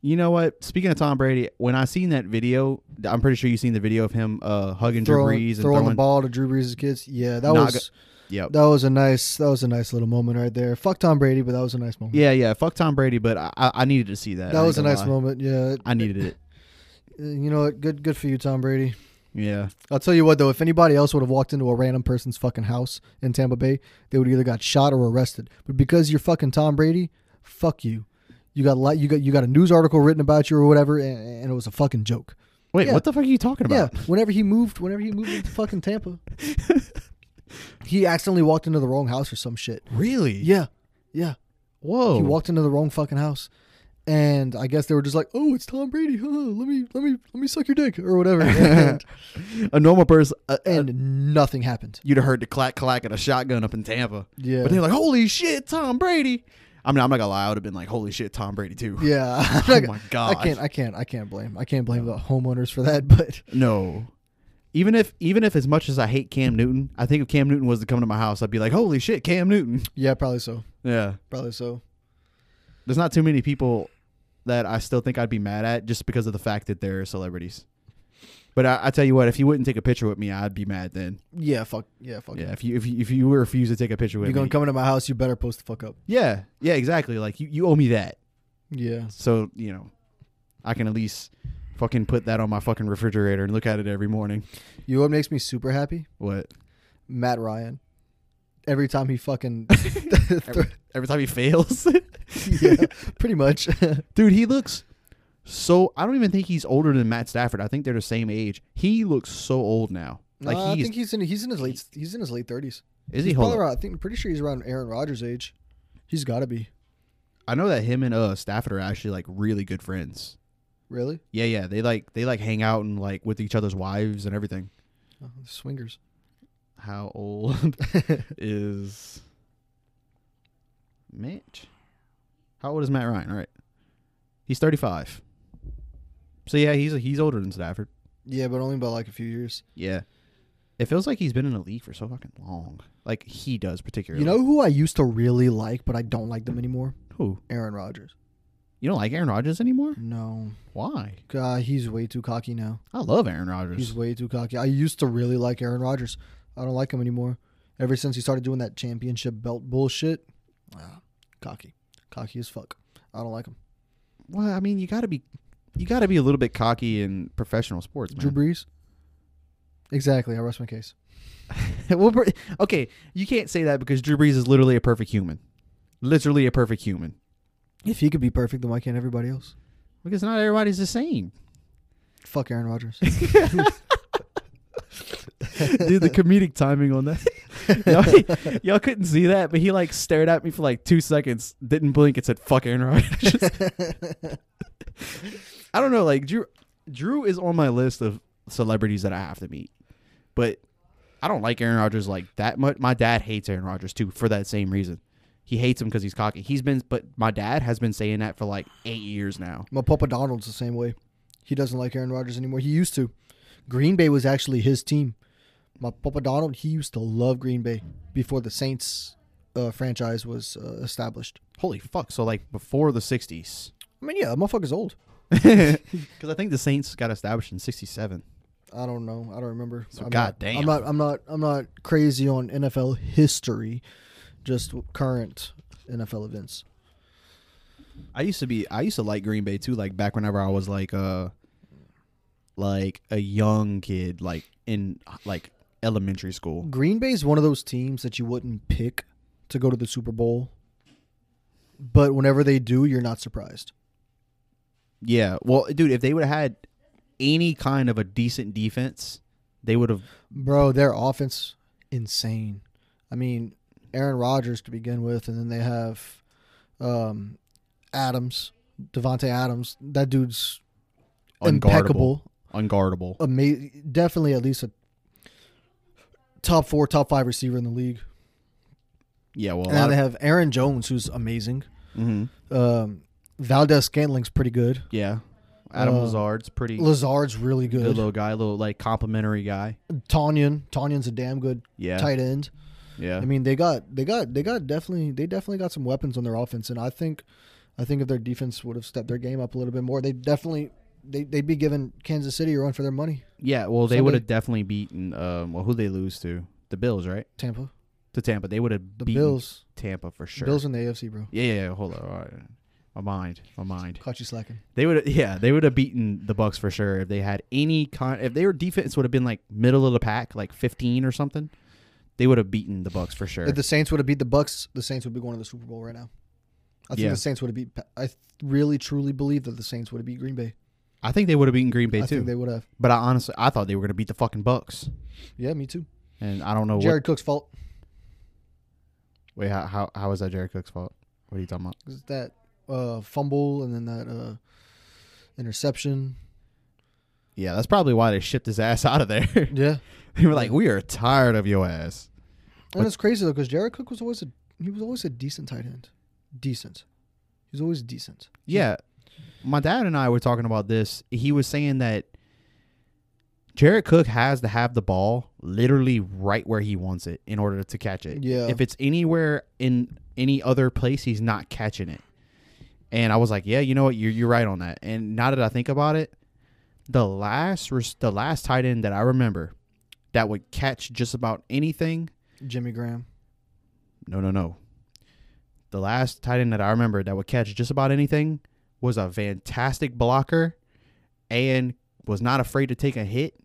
you know what? Speaking of Tom Brady, when I seen that video, I'm pretty sure you seen the video of him uh, hugging
Throwing,
Drew Brees and
throwing,
throwing
the ball to Drew Brees' kids. Yeah, that
Not
was.
go- Yep.
That was a nice. That was a nice little moment right there. Fuck Tom Brady, but that was a nice moment.
Yeah, yeah. Fuck Tom Brady, but I, I I needed to see that.
that
I ain't
was a
gonna
nice
lie.
moment. Yeah,
I needed it.
Uh, you know what? Good, good for you, Tom Brady.
Yeah.
I'll tell you what though, if anybody else would have walked into a random person's fucking house in Tampa Bay, they would either got shot or arrested. But because you're fucking Tom Brady, fuck you. You got li- you got you got a news article written about you or whatever, and, and it was a fucking joke.
Wait,
Yeah.
what the fuck are you talking
Yeah.
about?
Whenever he moved, whenever he moved into fucking Tampa, he accidentally walked into the wrong house or some shit.
Really?
Yeah, yeah.
Whoa.
He walked into the wrong fucking house, and I guess they were just like, "Oh, it's Tom Brady. Huh, let me let me let me suck your dick or whatever," and,
a normal person. Uh, and
and nothing happened.
you'd have heard the clack clack of a shotgun up in Tampa.
Yeah.
But they're like, holy shit, Tom Brady. I mean, I'm not gonna lie. I would have been like, holy shit, Tom Brady too.
Yeah.
Oh my God.
I can't. I can't. I can't blame. I can't blame the homeowners for that. But
No. Even if even if as much as I hate Cam Newton, I think if Cam Newton was to come to my house, I'd be like, "Holy shit, Cam Newton."
yeah, probably so.
Yeah.
Probably so.
There's not too many people that I still think I'd be mad at just because of the fact that they're celebrities. But I, I tell you what, if you wouldn't take a picture with me, I'd be mad then.
Yeah. Fuck. Yeah. Fuck.
Yeah, if you if you, if you refuse to take a picture with
You're gonna
me.
come into my house. You better post the fuck up.
yeah. Yeah, exactly. Like you, you owe me that.
Yeah.
So, you know, I can at least fucking put that on my fucking refrigerator and look at it every morning.
You know what makes me super happy?
What?
Matt Ryan. Every time he fucking.
Every, every time he fails.
yeah. Pretty much.
Dude, he looks so. I don't even think he's older than Matt Stafford. I think they're the same age. He looks so old now. Like
Nah, I
he's
think he's in. He's in his late. He's in his late thirties.
is he?
He's
Hold
probably
up.
around, I think. Pretty sure he's around Aaron Rodgers' age. He's got to be.
I know that him and uh Stafford are actually like really good friends.
Really?
Yeah, yeah. They like they like hang out and like with each other's wives and everything.
Oh, swingers.
How old is Mitch? How old is Matt Ryan? All right, he's thirty five. So yeah, he's he's older than Stafford.
yeah, but only by like a few years.
Yeah. It feels like he's been in the league for so fucking long. Like he does particularly.
You know who I used to really like, but I don't like them anymore?
who?
Aaron Rodgers.
You don't like Aaron Rodgers anymore?
No,
Why?
God, he's way too cocky now.
I love Aaron Rodgers.
He's way too cocky. I used to really like Aaron Rodgers. I don't like him anymore. Ever since he started doing that championship belt bullshit, ah, cocky, cocky as fuck. I don't like him.
well, I mean, you got to be you got to be a little bit cocky in professional sports,
Drew
man.
Brees. Exactly. I rest my case.
well, br- okay, you can't say that because Drew Brees is literally a perfect human. Literally a perfect human.
If he could be perfect, then why can't everybody else?
Because not everybody's the same.
Fuck Aaron Rodgers.
Dude, the comedic timing on that. y'all, y'all couldn't see that, but he like stared at me for like 2 seconds, didn't blink and said fuck Aaron Rodgers. I don't know. Like Drew, Drew is on my list of celebrities that I have to meet, but I don't like Aaron Rodgers like that much. My dad hates Aaron Rodgers too for that same reason. He hates him because he's cocky. He's been, but my dad has been saying that for like eight years now.
My Papa Donald's the same way. He doesn't like Aaron Rodgers anymore. He used to. Green Bay was actually his team. My Papa Donald, he used to love Green Bay before the Saints uh, franchise was uh, established.
Holy fuck! So like before the '60s,
I mean, yeah, that motherfucker's old.
because I think the Saints got established in '67.
I don't know. I don't remember.
So
I'm
goddamn.
Not, I'm not. I'm not. I'm not crazy on NFL history, just current NFL events.
I used to be I used to like Green Bay too, like back whenever I was like uh like a young kid, like in like elementary school.
Green Bay's one of those teams that you wouldn't pick to go to the Super Bowl. but whenever they do, you're not surprised.
Yeah. Well, dude, if they would have had any kind of a decent defense, they would have.
Bro, their offense insane. I mean, Aaron Rodgers to begin with, and then they have um, Adams, Devonte Adams. That dude's
Unguardable.
impeccable.
Unguardable.
Ama- definitely at least a top four, top five receiver in the league.
Yeah. Well, a
and then
lot
they
of,
have Aaron Jones, who's amazing.
mhm.
Um, Valdez Scantling's pretty good.
yeah. Adam
Uh,
Lazard's pretty good
Lazard's really good.
little guy, little like complimentary guy.
Tanyan, Tanyan's a damn good
Yeah.
tight end.
Yeah.
I mean, they got they got they got definitely they definitely got some weapons on their offense, and I think I think if their defense would have stepped their game up a little bit more, they definitely they they'd be giving Kansas City a run for their money.
yeah. Well, they
Sunday-
would have definitely beaten. Um, well, who they lose to? The Bills, right?
Tampa,
To Tampa, they would have
the
beaten
Bills,
Tampa for sure.
Bills in the AFC, bro.
Yeah, yeah, yeah. Hold on. All right. My mind. My mind.
Caught you slacking.
They would yeah, they would have beaten the Bucks for sure if they had any con if their defense would have been like middle of the pack, like fifteen or something, they would have beaten the Bucks for sure.
If the Saints would have beat the Bucks, the Saints would be going to the Super Bowl right now. I think
Yeah.
the Saints would have beat. Pa- I th- really truly believe that the Saints would have beat Green Bay.
I think they would have beaten Green Bay
I
too.
think they would have.
but I honestly I thought they were gonna beat the fucking Bucks.
Yeah, me too.
And I don't know
Jared Cook's fault
what wait, how, how how is that Jared Cook's fault? What are you talking about?
'Cause that uh, fumble and then that uh, interception.
Yeah, that's probably why they shipped his ass out of there.
Yeah,
they were like, We are tired of your ass.
and it's crazy though because Jared Cook was always a he was always a decent tight end, decent. He's always decent.
Yeah. My dad and I were talking about this. He was saying that Jared Cook has to have the ball literally right where he wants it in order to catch it.
Yeah.
If it's anywhere in any other place, he's not catching it. And I was like, yeah, you know what? You're, you're right on that. And now that I think about it, the last res- the last tight end that I remember that would catch just about anything
Jimmy Graham.
no, no, no. The last tight end that I remember that would catch just about anything was a fantastic blocker and was not afraid to take a hit.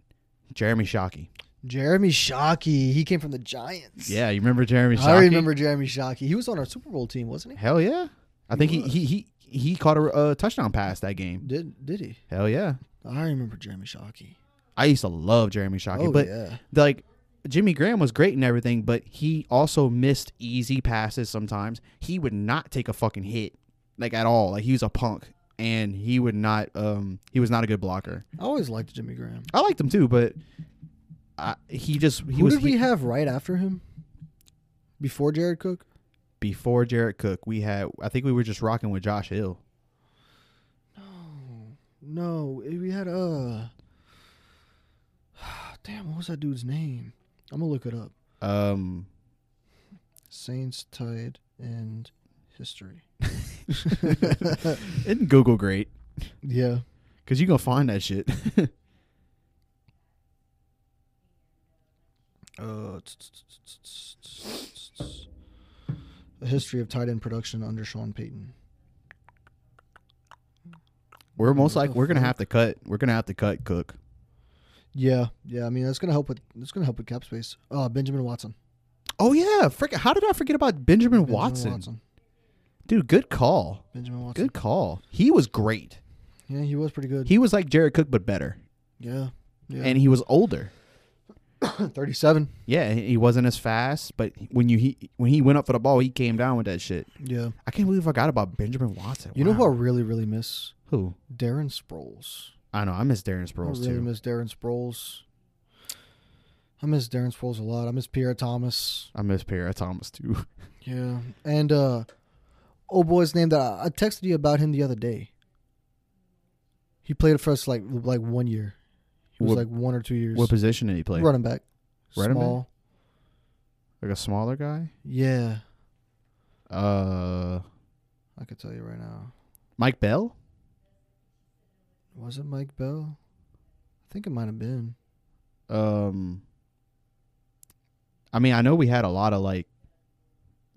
Jeremy Shockey.
Jeremy Shockey. He came from the Giants.
Yeah, you remember Jeremy Shockey?
I remember Jeremy Shockey. He was on our Super Bowl team, wasn't he?
Hell yeah. I think he,
was.
he, he, he caught a, a touchdown pass that game.
Did did he?
Hell yeah.
I remember Jeremy Shockey.
I used to love Jeremy Shockey,
Oh
but
yeah.
like Jimmy Graham was great and everything, but he also missed easy passes sometimes. He would not take a fucking hit like at all. Like he was a punk and he would not um he was not a good blocker.
I always liked Jimmy Graham.
I liked him too, but I, he just he
Who
was
did we
he-
have right after him? Before Jared Cook?
before Jarrett Cook. We had I think we were just rocking with Josh Hill.
No, we had uh Damn, what was that dude's name? I'm gonna look it up.
Um
Saints tied and history.
isn't Google great?
Yeah.
Cause you gonna find that shit.
Uh, a history of tight end production under Sean Payton.
we're most
What
like
the
we're gonna
fuck?
have to cut. We're gonna have to cut Cook.
Yeah, yeah. I mean, that's gonna help with that's gonna help with cap space. Uh, Benjamin Watson.
Oh yeah, frick! How did I forget about Benjamin,
Benjamin
Watson? Dude, good call.
Benjamin Watson.
Good call. He was great.
Yeah, he was pretty good.
He was like Jared Cook, but better.
yeah, yeah.
And he was older.
thirty-seven.
Yeah, he he wasn't as fast, but when you he when he went up for the ball, he came down with that shit.
Yeah.
I can't believe I forgot about Benjamin Watson.
You know who I
Wow.
really, really miss?
Who?
Darren Sproles.
I know. I miss Darren Sproles
I really
too.
miss Darren Sproles. I miss Darren Sproles a lot. I miss Pierre Thomas.
I miss Pierre Thomas too.
Yeah. And uh old boy's name that I, I texted you about him the other day. He played for us like like one year. He was
What-
like one or two years.
what position did he play?
Running back.
Running back?
Small.
Like a smaller guy?
Yeah.
Uh,
I could tell you right now.
Mike Bell.
Was it Mike Bell? I think it might have been.
Um, I mean, I know we had a lot of like,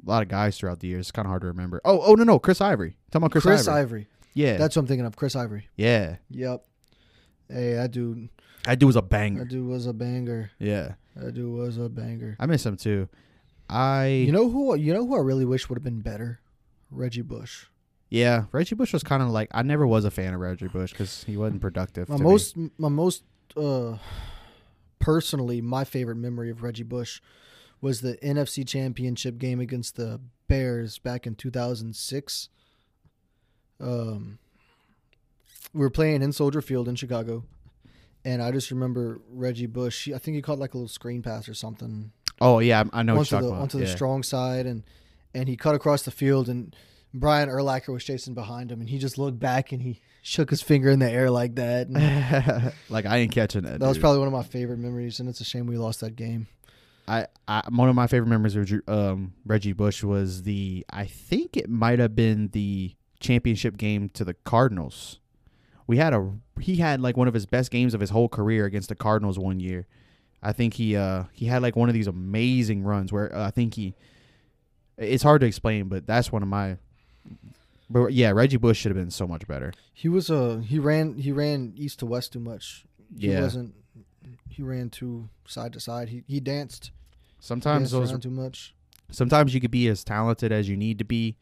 a lot of guys throughout the years. It's kind of hard to remember. Oh, oh no, no, Chris Ivory. Talking about Chris, Ivory.
Ivory.
Yeah,
That's what I'm thinking of. Chris Ivory.
yeah.
Yep. Hey, that dude.
That dude was a
That
banger.
dude was a banger.
Yeah,
That dude was a banger.
I miss him too. I
You know who? You know who I really wish would have been better. Reggie Bush.
Yeah, Reggie Bush was kind of like I never was a fan of Reggie Bush because he wasn't productive.
My
to me.
most, my most, uh, personally, my favorite memory of Reggie Bush was the NFC Championship game against the Bears back in 2006. Um, we were playing in Soldier Field in Chicago, and I just remember Reggie Bush. he- I think he caught like a little screen pass or something
oh yeah, I I know what
onto
you're
the
talking about.
onto the
Yeah.
strong side, and and he cut across the field, and Brian Erlacher was chasing behind him, and he just looked back and he shook his finger in the air like that. and-
like I ain't catching it.
That was
dude.
probably one of my favorite memories, and it's a shame we lost that game.
I, I one of my favorite memories of Drew- um, Reggie Bush was the I think it might have been the championship game to the Cardinals. We had a he had like one of his best games of his whole career against the Cardinals one year. I think he uh he had like one of these amazing runs where uh, I think he it's hard to explain, but that's one of my but yeah, Reggie Bush should have been so much better.
He was a he ran he ran east to west too much. He
Yeah.
wasn't. He ran too side to side. He he danced,
Sometimes
danced
those
around too much.
sometimes you could be as talented as you need to be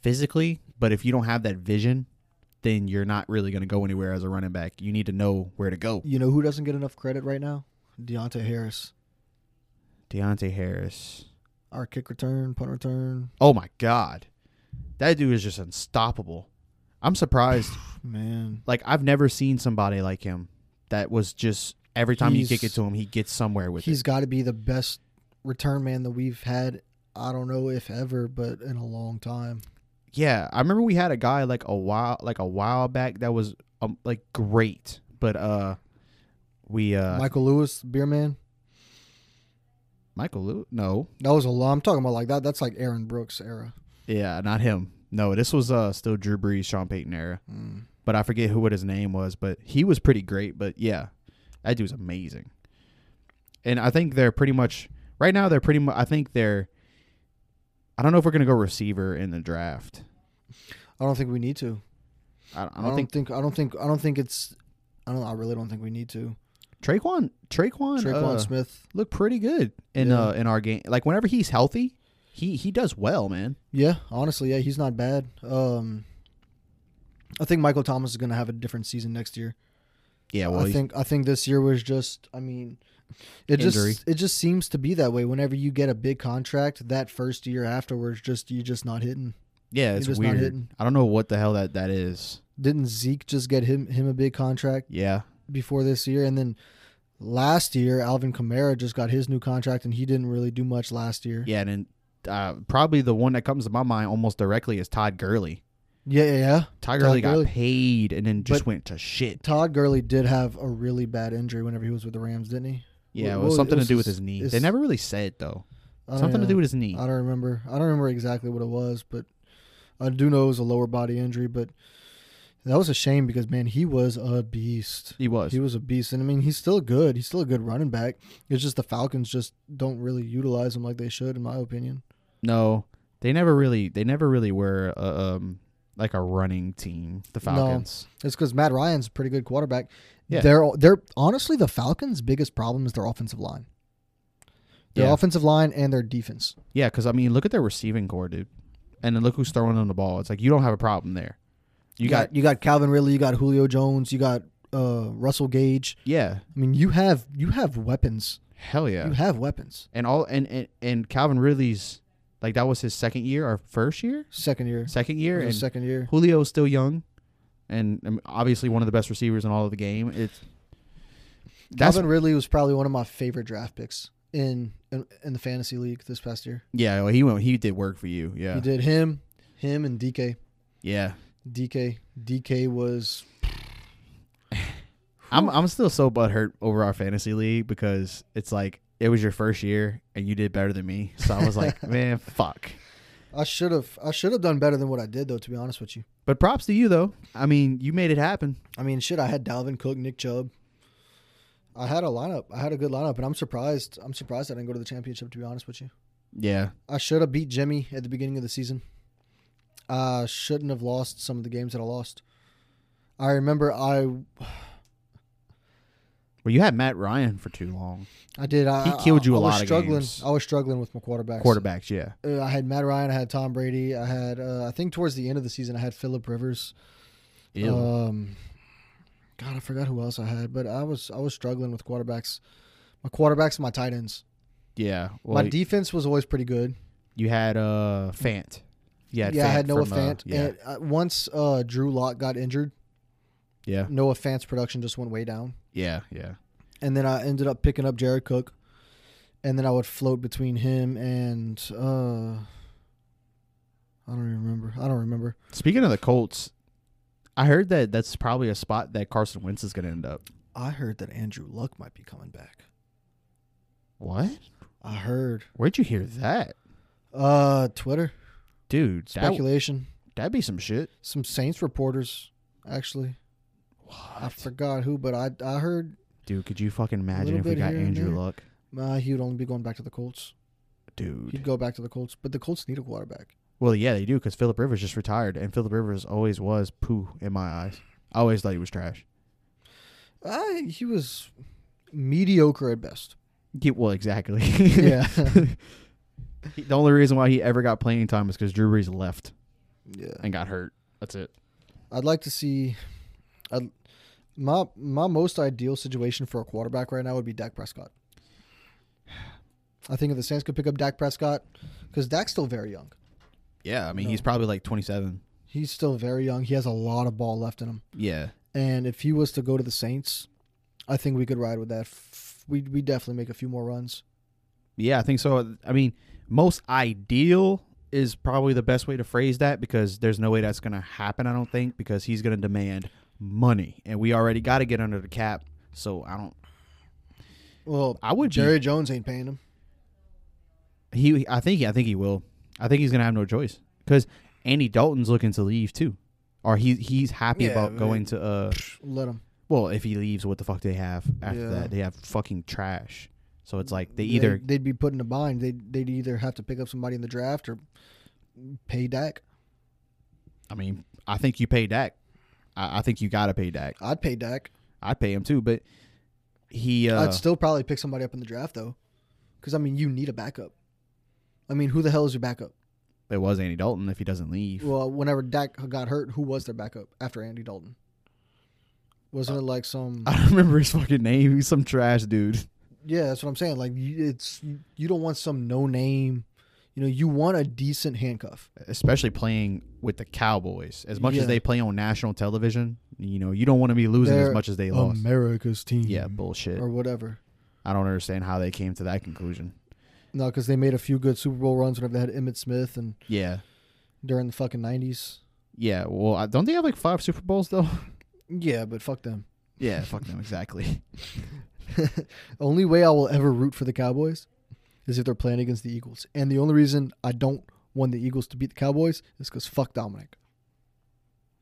physically, but if you don't have that vision, then you're not really going to go anywhere as a running back. You need to know where to go.
You know who doesn't get enough credit right now? Deontay Harris,
Deontay Harris.
our kick return, punt return.
Oh my God. That dude is just unstoppable. I'm surprised.
Man,
like, I've never seen somebody like him that was just every time
He's-
you kick it to him, he gets somewhere with it.
he's got to be the best return man that we've had. I don't know if ever, but in a long time.
Yeah, I remember we had a guy like a while like a while back that was um, like great, but uh we uh
Michael Lewis, beer man.
Michael Lew- no,
That was a lot. I'm talking about like that. That's like Aaron Brooks era.
Yeah, not him. No, this was uh still Drew Brees, Sean Payton era.
Mm.
But I forget who what his name was, but he was pretty great. But yeah, that dude's amazing. And I think they're pretty much right now. They're pretty much. I think they're. I don't know if we're gonna go receiver in the draft.
I don't think we need to.
I, I, don't,
I don't
think
think, I don't think I don't think it's I don't I really don't think we need to.
Traquan Traquan,
Traquan
uh,
Smith.
looked pretty good in
Yeah.
uh in our game. Like whenever he's healthy, he he does well, man.
Yeah, honestly, yeah, he's not bad. Um I think Michael Thomas is going to have a different season next year.
Yeah, well,
I
he's-
think I think this year was just I mean it
Injury.
just it just seems to be that way whenever you get a big contract that first year afterwards just you're just not hitting.
yeah,
he
it's
just not
weird.
hitting.
I don't know what the hell that that is.
Didn't Zeke just get him him a big contract
Yeah,
before this year and then last year Alvin Kamara just got his new contract and he didn't really do much last year.
Yeah, and then, uh, probably the one that comes to my mind almost directly is Todd Gurley.
Yeah, yeah, yeah.
Todd
Todd
Gurley
Gurley.
got paid and then just
But-
went to shit.
Todd Gurley did have a really bad injury whenever he was with the Rams, didn't he?
Yeah,
What-
it
what
was something
was
to do with
his-
his knee.
his-
they never really said though.
I don't
Something to
know.
do with his knee.
I don't remember. I don't remember exactly what it was, but I do know it was a lower body injury. But that was a shame because man, he was a beast.
He was.
He was a beast, and I mean, he's still good. He's still a good running back. It's just the Falcons just don't really utilize him like they should, in my opinion.
no, they never really. They never really were uh, um like a running team. The
No.
Falcons.
It's because Matt Ryan's a pretty good quarterback.
Yeah.
They're they're honestly the Falcons' biggest problem is their offensive line. Their
Yeah.
offensive line and their defense.
Yeah, because I mean, look at their receiving core, dude, and then look who's throwing on the ball. It's like you don't have a problem there. You got
you got Calvin Ridley, you got Julio Jones, you got uh, Russell Gage.
yeah,
I mean, you have you have weapons.
hell yeah,
You have weapons.
and all and, and and Calvin Ridley's like that was his second year or first year,
Second year,
second year,
This
and
is second year.
Julio's still young, and um, obviously one of the best receivers in all of the game. It's that's
Calvin Ridley was probably one of my favorite draft picks in in, in the fantasy league this past year.
yeah. well, He went. He did work for you. Yeah.
He did him, him, and DK.
Yeah.
DK, DK was
I'm I'm still so butthurt over our fantasy league because it's like it was your first year and you did better than me. So I was like, man, fuck.
I should have I should have done better than what I did though. To be honest with you,
But props to you though. I mean, you made it happen.
I mean, shit. I had Dalvin Cook, Nick Chubb. I had a lineup. I had a good lineup, and I'm surprised. I'm surprised I didn't go to the championship. To be honest with you.
Yeah.
I should have beat Jimmy at the beginning of the season. I shouldn't have lost some of the games that I lost. I remember I
Well, you had Matt Ryan for too long.
I did. I,
He killed you
a
a
was
lot of
struggling.
games.
I was struggling with my quarterbacks.
Quarterbacks, yeah.
Uh, I had Matt Ryan. I had Tom Brady. I had. Uh, I think towards the end of the season, I had Philip Rivers.
Ew.
Um, God, I forgot who else I had, but I was I was struggling with quarterbacks. My quarterbacks, and my tight ends.
yeah. Well,
my defense was always pretty good.
you had uh Fant. You had
yeah, I
Fant
had Noah
from, uh,
Fant.
yeah.
And uh, once uh, Drew Lock got injured,
yeah.
Noah Fant's production just went way down.
Yeah. Yeah.
and then I ended up picking up Jared Cook, and then I would float between him and uh, I don't even remember. I don't remember.
Speaking of the Colts, I heard that that's probably a spot that Carson Wentz is going to end up.
I heard that Andrew Luck might be coming back.
What?
I heard.
Where'd you hear that,
Uh, Twitter
dude? That,
speculation.
that'd be some shit.
Some Saints reporters actually. I
What?
forgot who, but I I heard
Dude, could you fucking imagine
little
if we
bit
got
here and
Andrew
there.
Luck?
uh, he would only be going back to the Colts. He'd
Dude.
go back to the Colts, but the Colts need a quarterback.
Well, yeah, they do because Philip Rivers just retired, and Philip Rivers always was poo in my eyes. I always thought he was trash.
Uh, he was mediocre at best.
Yeah, well, exactly.
Yeah.
He- the only reason why he ever got playing time is because Drew Brees left
Yeah.
and got hurt. That's it.
I'd like to see. I'd, my my most ideal situation for a quarterback right now would be Dak Prescott. I think if the Saints could pick up Dak Prescott, because Dak's still very young.
Yeah, I mean,
No.
he's probably like 27.
He's still very young. He has a lot of ball left in him.
Yeah.
And if he was to go to the Saints, I think we could ride with that. F- We we definitely make a few more runs.
Yeah, I think so. I mean, most ideal is probably the best way to phrase that because there's no way that's going to happen, I don't think, because he's going to demand money. And we already got to get under the cap. So I don't.
Well,
I would be-
Jerry Jones ain't paying him.
He, I think, I think he will. I think he's going to have no choice because Andy Dalton's looking to leave too, or he he's happy
Yeah,
about
but-
going to. uh
Let him.
Well, if he leaves, what the fuck they have after
Yeah.
that? They have fucking trash. So it's like they either
they'd, they'd be put in a bind. They'd they'd either have to pick up somebody in the draft or pay Dak.
I mean, I think you pay Dak. I, I think you gotta pay Dak.
I'd pay Dak.
I'd pay him too, but he uh
I'd still probably pick somebody up in the draft though, because I mean you need a backup. I mean, who the hell is your backup?
it was Andy Dalton if he doesn't leave.
Well, whenever Dak got hurt, who was their backup after Andy Dalton? Wasn't it like some?
I don't remember his fucking name. He's some trash dude.
yeah, that's what I'm saying. Like you- it's you don't want some no name. You know, you want a decent handcuff.
Especially playing with the Cowboys. As much
Yeah.
as they play on national television, you know, you don't want to be losing
They're
as much as they lost.
America's team.
yeah, bullshit.
or whatever.
I don't understand how they came to that conclusion.
No, because they made a few good Super Bowl runs whenever they had Emmett Smith and
Yeah.
during the fucking '90s.
Yeah. Well, I, don't they have like five Super Bowls though?
Yeah, but fuck them.
yeah, fuck them exactly.
only way I will ever root for the Cowboys is if they're playing against the Eagles. And the only reason I don't want the Eagles to beat the Cowboys is because fuck Dominic.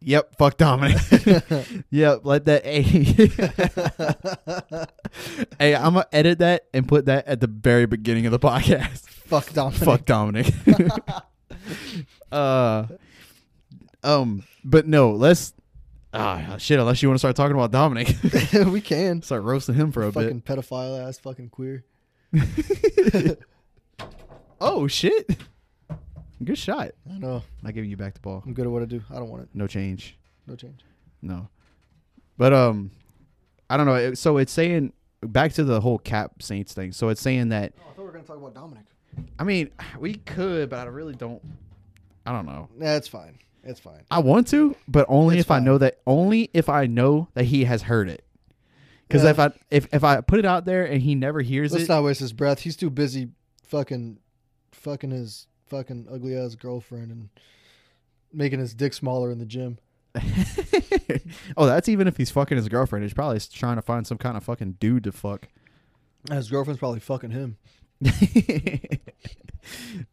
Yep, fuck Dominic. yep, let that Hey, I'm gonna edit that and put that at the very beginning of the podcast.
fuck Dominic.
Fuck Dominic. uh, um, but no, let's. Ah, shit. Unless you want to start talking about Dominic,
we can.
start roasting him for a
fucking
bit.
pedophile ass, fucking queer.
Oh shit! Good shot.
I know.
Not giving you back the ball.
I'm good at what I do. I don't want it.
No change.
No change.
No. But um, I don't know. It- So it's saying back to the whole cap Saints thing. So it's saying that
Oh, I thought we were gonna talk about Dominic.
I mean, we could, but I really don't. I don't know.
That's fine. That's fine.
I want to, but only
It's
if
fine.
I know that. Only if I know that he has heard it. Because
Yeah.
if I if if I put it out there and he never hears
Let's
it,
not waste his breath. He's too busy fucking fucking his fucking ugly ass girlfriend and making his dick smaller in the gym.
oh, that's even if he's fucking his girlfriend. He's probably trying to find some kind of fucking dude to fuck.
His girlfriend's probably fucking him.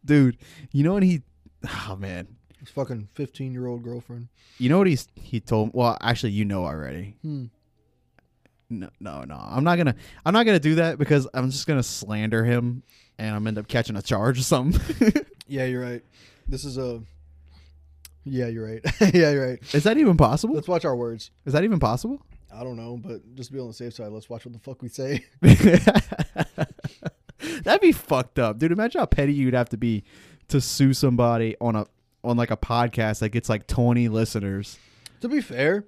dude, you know what he? Oh man,
His fucking 15 year old girlfriend.
you know what he's he told. Well, actually, you know already.
Hmm.
no no no i'm not gonna i'm not gonna do that because i'm just gonna slander him and i'm end up catching a charge or something
Yeah, you're right. This is a. Yeah, you're right. yeah, you're right.
is that even possible
Let's watch our words.
is that even possible
I don't know, but just to be on the safe side, let's watch what the fuck we say.
That'd be fucked up, dude. Imagine how petty you'd have to be to sue somebody on a on like a podcast that gets like twenty listeners.
to be fair,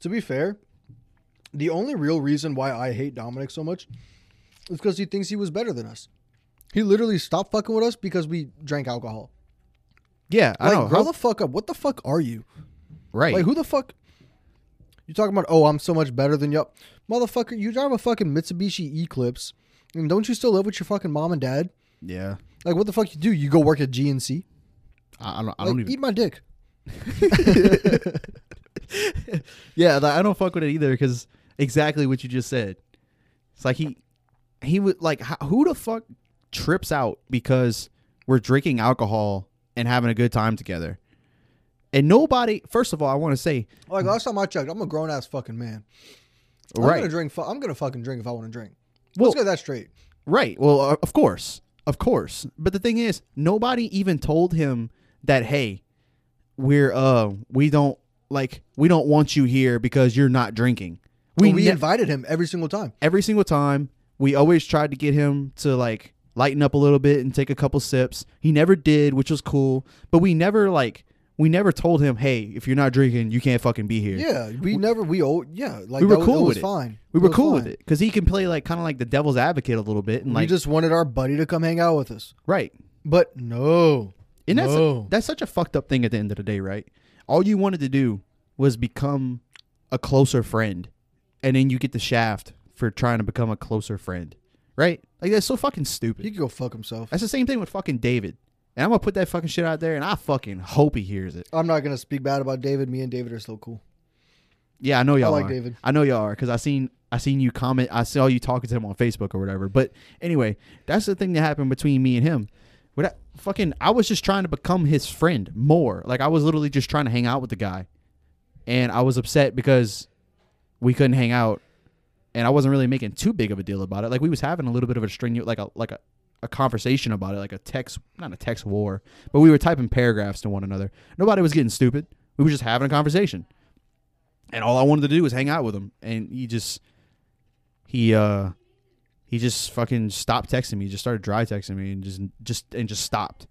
to be fair, the only real reason why I hate Dominic so much is because he thinks he was better than us. He literally stopped fucking with us because we drank alcohol.
Yeah, I
Like,
know.
grow
How-
the fuck up. What the fuck are you?
right.
Like, who the fuck? You talking about? Oh, I'm so much better than you, motherfucker. You drive a fucking Mitsubishi Eclipse, and don't you still live with your fucking mom and dad?
yeah.
Like, what the fuck you do? You go work at GNC?
I, I don't. I
Like,
don't even.
eat my dick.
yeah, like, I don't fuck with it either because exactly what you just said. It's like he, he would like h- who the fuck trips out because we're drinking alcohol and having a good time together, and nobody. First of all, I want to say
Like last time I checked, I'm a grown ass fucking man. I'm gonna
right,
drink. Fu- I'm gonna fucking drink if I want to drink.
Well-
Let's get that straight.
right. Well, uh, of course, of course. But the thing is, nobody even told him that hey, we're uh we don't like we don't want you here because you're not drinking.
We,
ne-
invited him every single time.
every single time. We always tried to get him to like lighten up a little bit and take a couple sips. He never did, which was cool. But we never like we never told him, hey, if you're not drinking, you can't fucking be here.
Yeah, we, never. We oh yeah, like
we were
that was,
cool
that was
with it.
fine.
We were
was
cool with
fine.
it because he can play like kind of like the devil's advocate a little bit and
we
like
just wanted our buddy to come hang out with us,
right.
but no.
And that's
no.
that's such a fucked up thing at the end of the day, right? All you wanted to do was become a closer friend, and then you get the shaft for trying to become a closer friend, right? Like that's so fucking stupid.
he could go fuck himself.
That's the same thing with fucking David. And I'm gonna put that fucking shit out there, and I fucking hope he hears it.
I'm not gonna speak bad about David. Me and David are still cool.
Yeah, I know y'all
like
are.
David.
I know y'all are because I seen I seen you comment. I saw you talking to him on Facebook or whatever. But anyway, that's the thing that happened between me and him. What I, fucking? I was just trying to become his friend more. Like I was literally just trying to hang out with the guy, and I was upset because we couldn't hang out, and I wasn't really making too big of a deal about it. Like we was having a little bit of a string, like a like a. A conversation about it, like a text, not a text war, but we were typing paragraphs to one another. Nobody was getting stupid. We were just having a conversation and all I wanted to do was hang out with him, and he just he uh he just fucking stopped texting me, just started dry texting me, and just just and just stopped.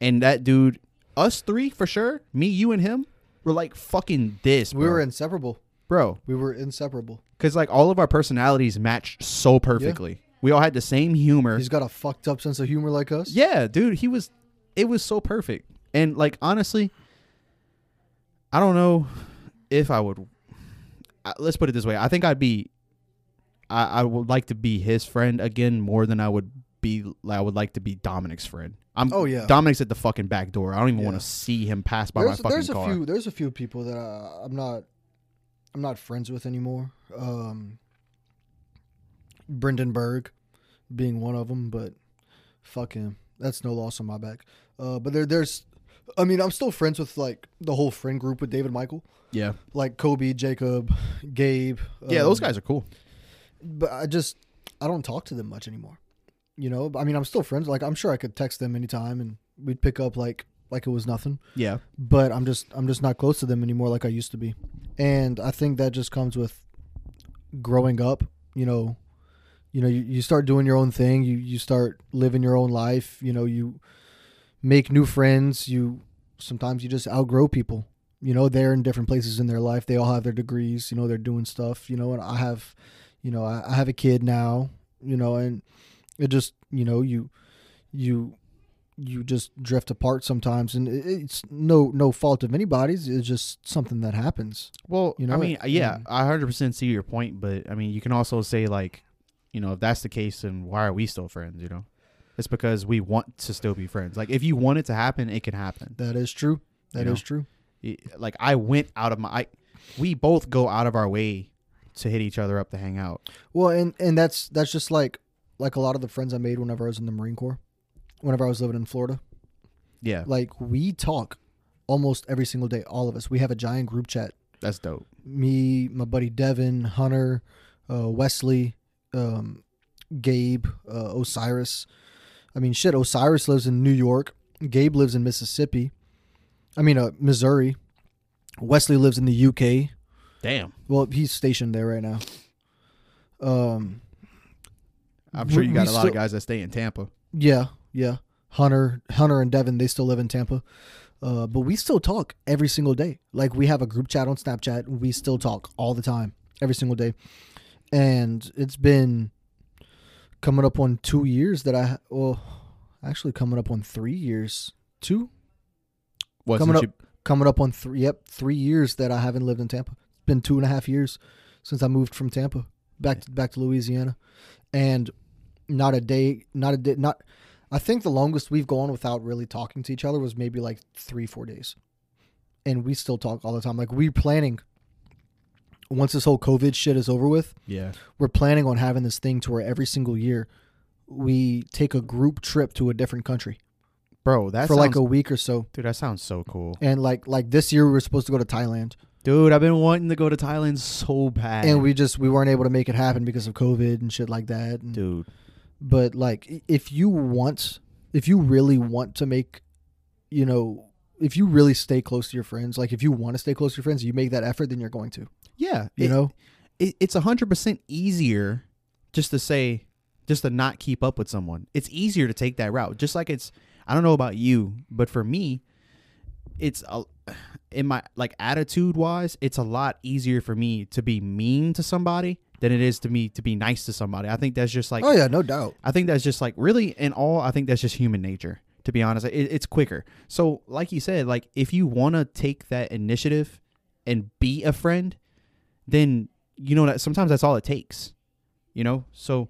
And that dude, us three for sure, me, you, and him, were like fucking this. Bro.
We were inseparable.
bro,
We were inseparable.
because like all of our personalities matched so perfectly. We all had the same humor.
He's got a fucked up sense of humor like us.
Yeah, dude, he was it was so perfect. And like honestly, I don't know if I would I, let's put it this way. I think I'd be I, I would like to be his friend again more than I would be I would like to be Dominic's friend. I'm
Oh, yeah.
Dominic's at the fucking back door. I don't even
Yeah.
want to see him pass by
there's,
my fucking
there's a
car.
few. There's a few people that uh, I'm not. I'm not friends with anymore. Um, Brendan Berg, being one of them, but fuck him. That's no loss on my back. Uh, but there, there's. I mean, I'm still friends with like the whole friend group with David Michael,
yeah.
like Kobe, Jacob, Gabe.
Yeah, those
um,
guys are cool.
But I just, I don't talk to them much anymore. You know, I mean, I'm still friends. Like, I'm sure I could text them anytime, and we'd pick up like like it was nothing
Yeah.
but I'm just I'm just not close to them anymore like I used to be. And I think that just comes with growing up, you know, you know, you, you start doing your own thing, you you start living your own life, you know, you make new friends, you sometimes you just outgrow people. You know, they're in different places in their life. They all have their degrees, you know, they're doing stuff, you know, and I have you know, I, I have a kid now, you know, and it just, you know, you you you just drift apart sometimes and it- it's no no fault of anybody's it's just something that happens
Well,
You
I
know,
mean, uh,
it-
yeah,
mm.
I hundred percent see your point, but I mean, you can also say like, you know, if that's the case, then why are we still friends? You know, it's because we want to still be friends. Like, if you want it to happen, it can happen.
that is true That is
Yeah.
true
Y- Like, I went out of my, I, we both go out of our way to hit each other up to hang out.
well and and that's that's just like like a lot of the friends i made whenever i was in the marine corps whenever i was living in florida
Yeah,
like we talk almost every single day all of us we have a giant group chat
that's dope.
me my buddy devin hunter uh, wesley um, gabe uh, osiris i mean shit osiris lives in new york gabe lives in mississippi i mean uh, missouri wesley lives in the uk
Damn.
Well, he's stationed there right now. Um,
I'm sure
We-
you got
we
a lot of
still-
guys that stay in Tampa.
yeah, yeah. Hunter, Hunter, and Devin, they still live in Tampa, uh, but we still talk every single day. Like we have a group chat on Snapchat. We still talk all the time, every single day, and it's been coming up on two years that I well, actually coming up on three years, two
What,
Coming
since
up- coming up on three yep three years that I haven't lived in Tampa. It's been two and a half years since I moved from Tampa back to, back to Louisiana, and not a day, not a day, not. I think the longest we've gone without really talking to each other was maybe like three four days, and we still talk all the time. Like we're planning. Once this whole COVID shit is over with,
you- yeah.
we're planning on having this thing to where every single year we take a group trip to a different country
Bro, that
for
sounds,
like a week or so.
dude, that sounds so cool.
And like like this year we were supposed to go to Thailand.
Dude, I've been wanting to go to Thailand so bad.
and we just we weren't able to make it happen because of COVID and shit like that. And,
dude,
but like, i- if you want, if you really want to make, you know, if you really stay close to your friends, like if you want to stay close to your friends, you make that effort, then you're going to,
yeah,
you
it-
know,
it, it's hundred percent easier just to say, just to not keep up with someone. It's easier to take that route. Just like it's, I don't know about you, but for me, it's a, in my like attitude wise, it's a lot easier for me to be mean to somebody than it is to me to be nice to somebody. I think that's just like
oh yeah, no doubt.
I think that's just like really in all. I think that's just human nature. To be honest, it, it's quicker. So, like you said, like if you want to take that initiative and be a friend, then you know that sometimes that's all it takes. You know, so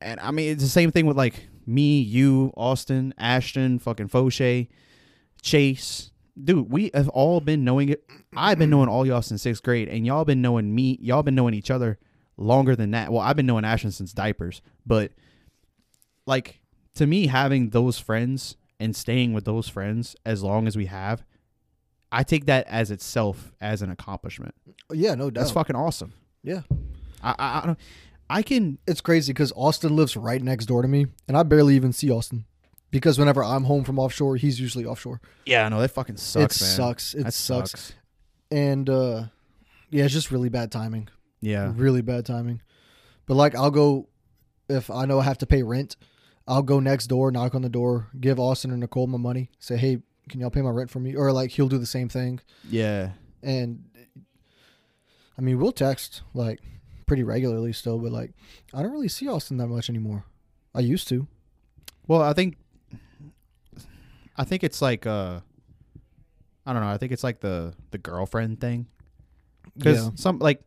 and I mean it's the same thing with like me, you, Austin, Ashton, fucking Fauché, Chase. Dude, we have all been knowing it. I've been knowing all y'all since sixth grade, and y'all been knowing me. Y'all been knowing each other longer than that. Well, I've been knowing Ashton since diapers, but like to me, having those friends and staying with those friends as long as we have, I take that as itself as an accomplishment.
Yeah, no doubt.
That's fucking awesome.
Yeah,
I I, I, don't, I can
it's crazy because Austin lives right next door to me, and I barely even see Austin because whenever I'm home from offshore, he's usually offshore.
yeah no that fucking sucks
it
man.
sucks. It
that
sucks. And uh yeah, it's just really bad timing.
yeah
really bad timing. But like, I'll go if I know I have to pay rent. I'll go next door, knock on the door, give Austin and Nicole my money, say, "Hey, can y'all pay my rent for me?" Or like he'll do the same thing.
yeah
And I mean, we'll text like pretty regularly still, but like I don't really see Austin that much anymore. I used to.
well I think I think it's like uh I don't know I think it's like the the girlfriend thing because
Yeah.
some like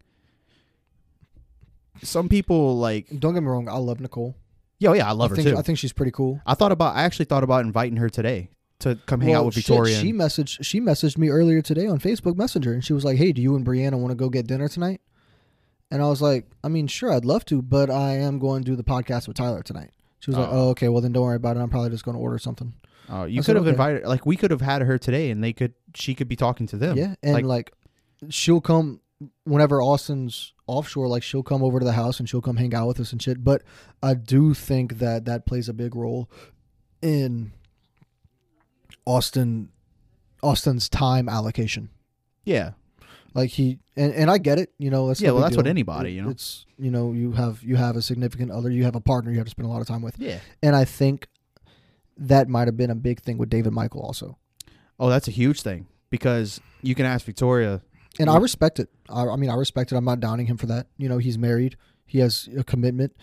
some people like
Don't get me wrong, I love Nicole.
yo yeah I love
I
her
think
too
I think she's pretty cool.
I thought about I actually thought about inviting her today to come hang out
Well,
with
shit,
Victoria
she
and-
messaged she messaged me earlier today on Facebook Messenger, and she was like, "Hey, do you and Brianna want to go get dinner tonight?" And I was like, "I mean, sure, I'd love to, but I am going to do the podcast with Tyler tonight." She was like,
Oh.
"Oh, okay, well then don't worry about it. I'm probably just going to order something."
oh you
I said,
could have
okay.
invited like we could have had her today and they could she could be talking to them
Yeah, and like,
like,
she'll come whenever Austin's offshore. Like she'll come over to the house and she'll come hang out with us and shit. But I do think that that plays a big role in Austin Austin's time allocation.
yeah
like he and, and I get it, you know. That's
Yeah,
no
well,
big
that's what
deal.
anybody, you know?
It's you know you have you have a significant other, you have a partner, you have to spend a lot of time with,
yeah
and I think that might have been a big thing with David Michael also,
Oh, that's a huge thing because you can ask Victoria.
and I respect it. I, I mean, I respect it. I'm not downing him for that. You know, he's married, he has a commitment,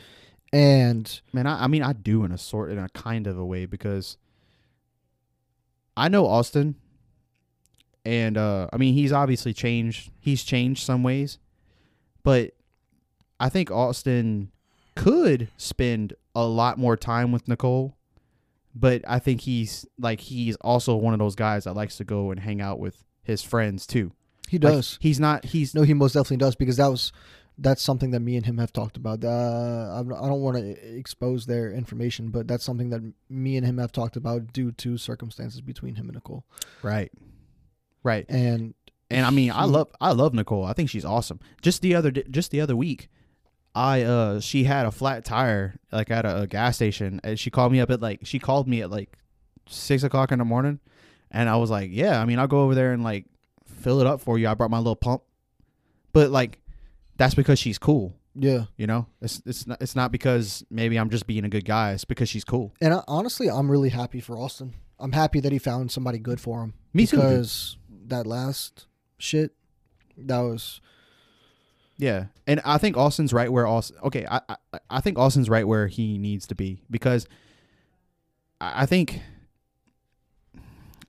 and
Man, I, I mean, I do in a sort, in a kind of a way because I know Austin, and uh, I mean, he's obviously changed. He's changed some ways, but I think Austin could spend a lot more time with Nicole. But I think he's like he's also one of those guys that likes to go and hang out with his friends too.
he
Like,
does.
he's not. He's
no, he most definitely does because that was that's something that me and him have talked about. Uh, I'm- I don't want to expose their information, but that's something that me and him have talked about due to circumstances between him and Nicole.
right. Right.
and
and I mean, I
She-
love I love Nicole. I think she's awesome. Just the other di- just the other week, I uh she had a flat tire like at a, a gas station, and she called me up at like she called me at like six o'clock in the morning, and I was like, yeah, I mean, I'll go over there and like fill it up for you. I brought my little pump but like that's because she's cool.
Yeah.
You know, it's it's not it's not because maybe I'm just being a good guy. It's because she's cool.
And I, honestly, I'm really happy for Austin. I'm happy that he found somebody good for him.
Me too, dude.
because that last shit, that was
Yeah, and I think Austin's right where Austin. Okay, I I, I think Austin's right where he needs to be because I, I think,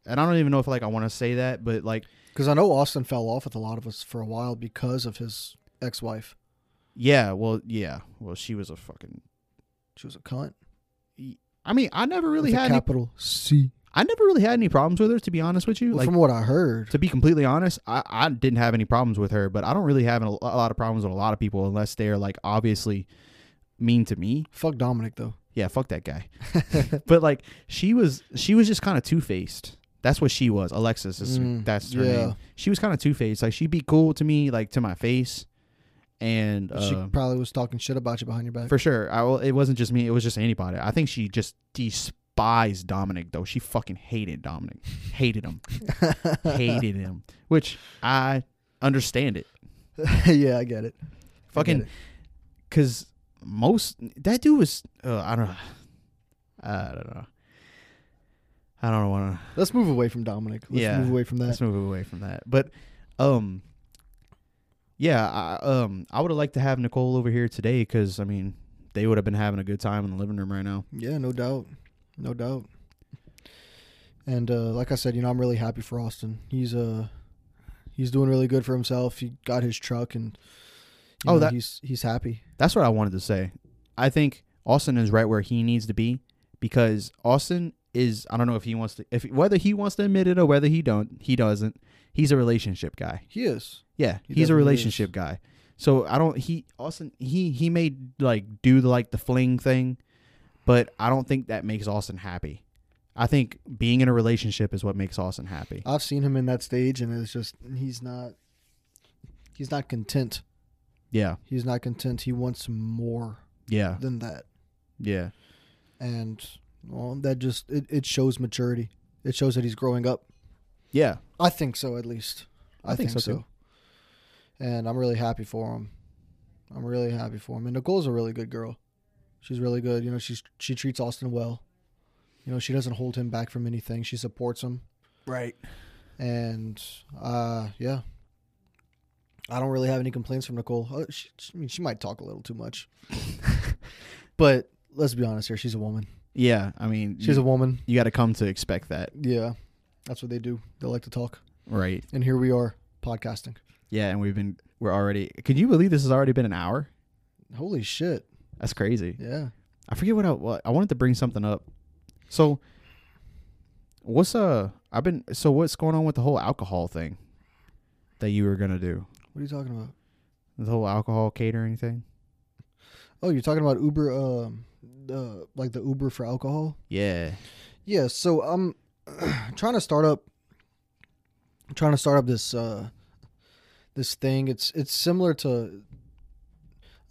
and I don't even know if like I want to say that, but like
because I know Austin fell off with a lot of us for a while because of his ex-wife.
yeah, well yeah, well she was a fucking.
She was a cunt.
I mean, I never really
with a
had any,
capital C.
I never really had any problems with her to be honest with you.
Well,
Like
from what I heard,
to be completely honest, I, I didn't have any problems with her, but I don't really have a, lo- a lot of problems with a lot of people unless they're like obviously mean to me.
fuck Dominic though.
yeah, fuck that guy. but like she was she was just kind of two faced. That's what she was. Alexis is
Mm,
that's her
yeah.
name. She was kind of two faced. Like she'd be cool to me, like to my face, and
But she
uh,
probably was talking shit about you behind your back.
for sure. I will, it wasn't just me. It was just anybody. I think she just despised Dominic though. She fucking hated Dominic. Hated him. hated him. Which I understand it.
yeah, I get it.
Fucking because most that dude was uh, I don't know. I don't know. I don't want to.
Let's move away from Dominic. Let's
Yeah.
move away from that.
Let's move away from that. But, um, yeah, I, um, I would have liked to have Nicole over here today because I mean they would have been having a good time in the living room right now.
Yeah, no doubt. No doubt. And uh, like I said, you know, I'm really happy for Austin. He's uh he's doing really good for himself. He got his truck and you
Oh,
know,
that-
he's he's happy.
That's what I wanted to say. I think Austin is right where he needs to be because Austin is I don't know if he wants to if whether he wants to admit it or whether he don't he doesn't. He's a relationship guy.
He is.
Yeah,
He
he's a
definitely
relationship
is.
guy. So I don't he Austin he he may like do the like the fling thing, but I don't think that makes Austin happy. I think being in a relationship is what makes Austin happy.
I've seen him in that stage and it's just he's not he's not content.
Yeah.
He's not content. He wants more
Yeah.
than that.
Yeah.
And well, that just it, it shows maturity. It shows that he's growing up.
Yeah.
I think so, at least. I, think, so.
too.
And I'm really happy for him. I'm really happy for him. And Nicole's a really good girl. She's really good. You know, she's she treats Austin well. You know, she doesn't hold him back from anything. She supports him.
Right.
And uh, yeah, I don't really have any complaints from Nicole. Uh, she, she- I mean, she might talk a little too much, but let's be honest here. She's a woman.
Yeah, I mean
She's a
you,
woman.
you got to come to expect that,
Yeah, that's what they do. They like to talk.
right?
And here we are podcasting.
Yeah, and we've been we're already Can you believe this has already been an hour?
Holy shit!
That's crazy.
Yeah.
I forget what I what, I wanted to bring something up. So what's uh I've been so what's going on with the whole alcohol thing that you were gonna do?
What are you talking about?
The whole alcohol catering thing?
Oh, you're talking about Uber, um, uh, like the Uber for alcohol.
Yeah.
Yeah. So I'm trying to start up, trying to start up this uh, this thing. It's it's similar to.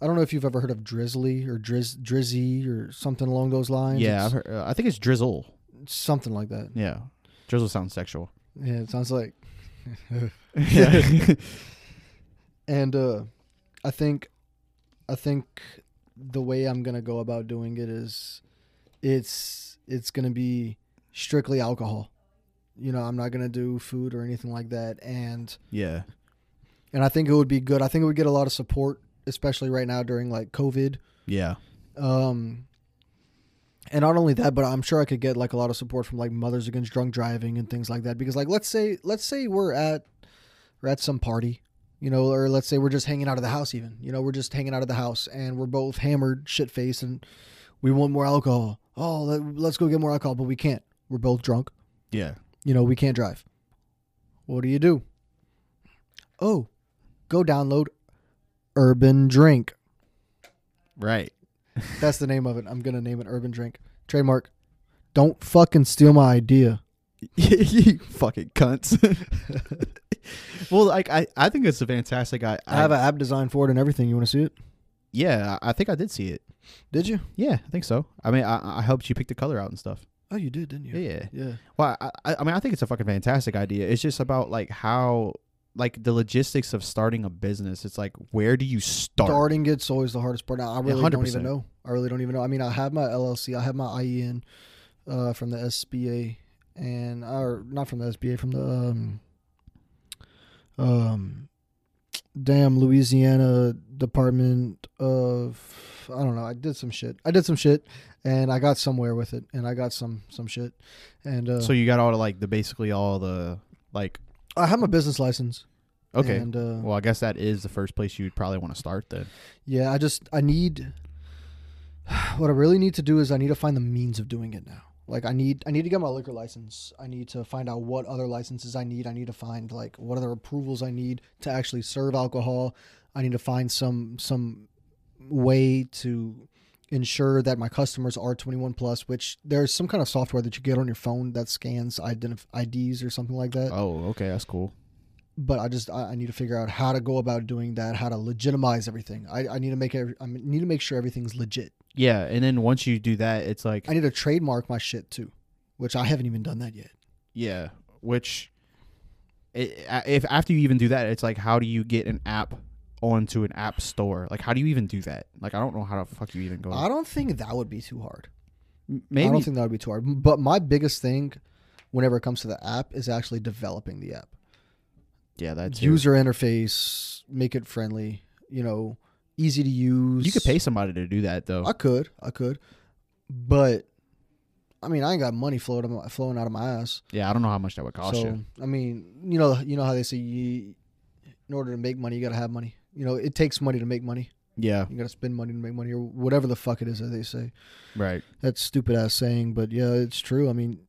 I don't know if you've ever heard of Drizzly or Drizz Drizzy or something along those lines.
Yeah, I've
It's
heard, uh, I think it's drizzle.
something like that.
Yeah. Drizzle sounds sexual.
Yeah, it sounds like.
Yeah.
and uh, I think, I think the way I'm gonna go about doing it is, it's it's gonna be strictly alcohol. You know, I'm not gonna do food or anything like that. And
yeah.
and I think it would be good. I think it would get a lot of support, especially right now during like COVID.
Yeah.
Um, and not only that, but I'm sure I could get like a lot of support from like Mothers Against Drunk Driving and things like that. Because like let's say let's say we're at we're at some party, you know, or let's say we're just hanging out of the house. Even you know we're just hanging out of the house and we're both hammered, shit faced, and we want more alcohol. Oh, let, let's go get more alcohol, but we can't. We're both drunk.
Yeah.
You know we can't drive. What do you do? Oh, go download Urban Drink.
Right.
That's the name of it. I'm gonna name it Urban Drink. Trademark. Don't fucking steal my idea.
you fucking cunts. well, like I, I think it's a fantastic I,
I have an app design for it and everything. You want to see it?
yeah, I I think I did see it.
Did you?
Yeah, I think so. I mean, I, I helped you pick the color out and stuff.
Oh, you did, didn't you?
yeah.
Yeah.
Well, I, I I mean, I think it's a fucking fantastic idea. It's just about like how like the logistics of starting a business. It's like where do you start?
Starting it's always the hardest part. I I really don't
100%.
even know. I really don't even know. I mean, I have my LLC, I have my IEN uh, from the SBA, and or not from the SBA, from the um, um, damn Louisiana Department of I don't know. I did some shit. I did some shit, and I got somewhere with it, and I got some some shit, and uh,
So you got all the, like the basically all the like
I have my business license.
okay.
and, uh,
well, I guess that is the first place you'd probably want to start then.
Yeah, I just I need what I really need to do is I need to find the means of doing it now. Like I need I need to get my liquor license. I need to find out what other licenses I need. I need to find like what other approvals I need to actually serve alcohol. I need to find some some way to ensure that my customers are 21 plus which there's some kind of software that you get on your phone that scans identif- IDs or something like that
Oh, okay, that's cool.
but I just I, I need to figure out how to go about doing that, how to legitimize everything. I, I need to make every, I need to make sure everything's legit.
Yeah, and then once you do that, it's like
I need to trademark my shit too, which I haven't even done that yet.
yeah, which it, a- if after you even do that, it's like how do you get an app onto an app store? Like how do you even do that? Like I don't know how the fuck you even go.
I don't think that would be too hard.
M-
I
Maybe
don't think that would be too hard. But my biggest thing, whenever it comes to the app, is actually developing the app.
yeah, that's user.
User interface, make it friendly. You know, easy to use.
You could pay somebody to do that though.
I could. I could. But I mean, I ain't got money floating flowing out of my ass.
yeah, I don't know how much that would cost
so
you.
I mean, you know, you know how they say you, in order to make money, you gotta have money. You know, it takes money to make money.
Yeah,
You gotta spend money to make money, or whatever the fuck it is that they say.
right.
That's stupid ass saying, but yeah, it's true. I mean,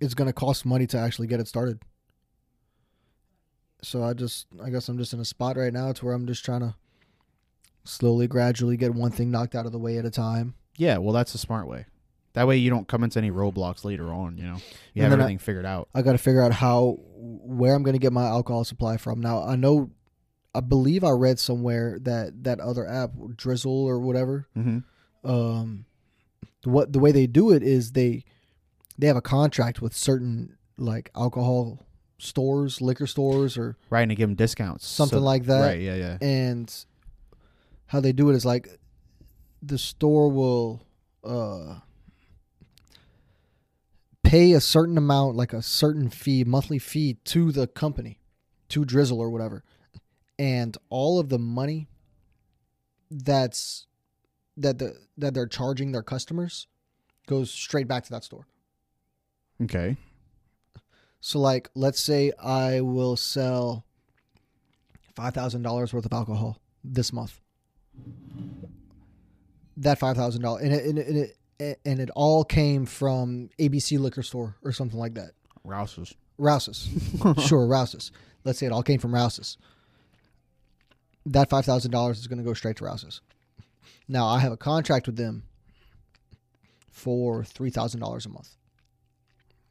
it's gonna cost money to actually get it started. So I just, I guess I'm just in a spot right now to where I'm just trying to slowly, gradually get one thing knocked out of the way at a time.
Yeah, well, that's a smart way. That way you don't come into any roadblocks later on. You know, you
And
have
then I-
everything figured out.
I got to figure out how where I'm going to get my alcohol supply from. Now I know, I believe I read somewhere that that other app Drizzle or whatever.
Mm-hmm.
Um, what the way they do it is they they have a contract with certain like alcohol stores, liquor stores, or
Right, and to give them discounts,
something
So-
like that
Right, yeah, yeah.
and how they do it is like the store will uh pay a certain amount like a certain fee monthly fee to the company to drizzle or whatever and all of the money that's that the that they're charging their customers goes straight back to that store
Okay,
so like let's say i will sell $5000 worth of alcohol this month that $5000 and it, and, it, and, it, and it all came from abc liquor store or something like that
Rouses.
rouse's sure rouse's let's say it all came from rouse's that $5000 is going to go straight to rouse's now i have a contract with them for $3000 a month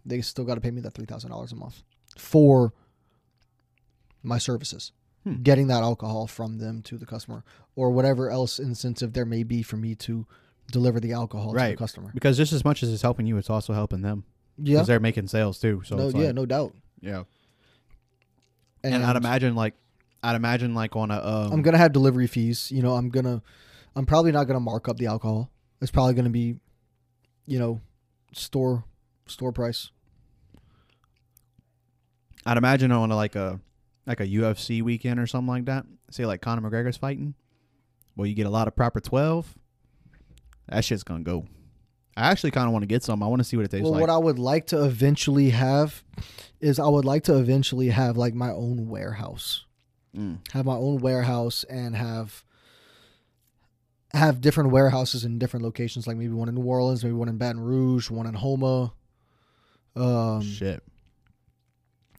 they still got to pay me that $3000 a month for my services
Hmm.
getting that alcohol from them to the customer or whatever else incentive there may be for me to deliver the alcohol to
Right.
the customer
Because just as much as it's helping you, it's also helping them. Because
yeah
they're making sales too. So
no,
it's
yeah
like-
no doubt
yeah. And, I'd imagine like, I'd imagine like on a um,
I'm gonna have delivery fees. You know, I'm gonna, I'm probably not gonna mark up the alcohol. It's probably gonna be, you know, store store price.
I'd imagine on a, like a like a UFC weekend or something like that. Say like Conor McGregor's fighting. Well, you get a lot of proper twelve. That shit's gonna go. I actually kind of want to get some. I want to see what it tastes
well,
like.
what I would like to eventually have is I would like to eventually have like my own warehouse,
Mm.
have my own warehouse, and have have different warehouses in different locations. Like maybe one in New Orleans, maybe one in Baton Rouge, one in Homa, um,
Shit.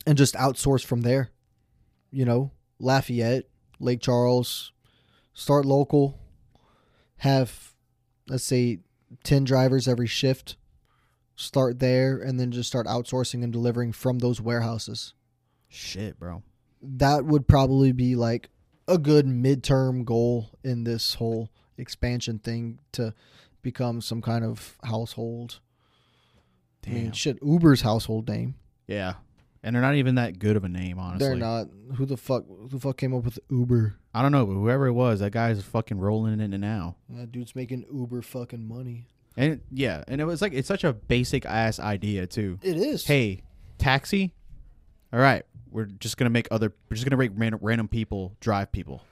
and just outsource from there. You know, Lafayette, Lake Charles, start local, have let's say 10 drivers every shift, start there and then just start outsourcing and delivering from those warehouses.
Shit, bro.
That would probably be like a good midterm goal in this whole expansion thing to become some kind of household. I mean,
Damn.
shit, Uber's household name.
Yeah. and they're not even that good of a name, honestly.
They're not. Who the fuck? Who the fuck came up with Uber?
I don't know, but whoever it was, that guy's fucking rolling in it now.
That dude's making Uber fucking money.
And yeah, and it was like it's such a basic ass idea too.
It is.
Hey, taxi. All right, we're just gonna make other. We're just gonna make random, random people drive people.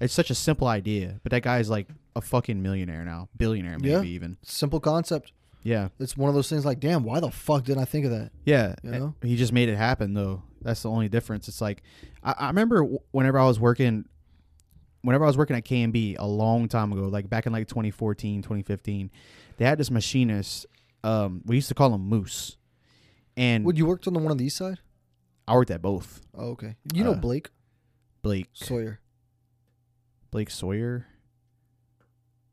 It's such a simple idea, but that guy's like a fucking millionaire now, billionaire maybe
Yeah.
even.
simple concept.
Yeah,
It's one of those things. Like, damn, why the fuck didn't I think of that?
Yeah,
You
a-
know?
he just made it happen though. That's the only difference. It's like I, I remember w- whenever I was working, whenever I was working at KMB a long time ago, like back in like 2014, 2015, they had this machinist. Um, we used to call him Moose, and
Would you worked on the one on the east side?
I worked at both.
Oh, okay. You know
Uh,
Blake
Blake
Sawyer.
Blake Sawyer.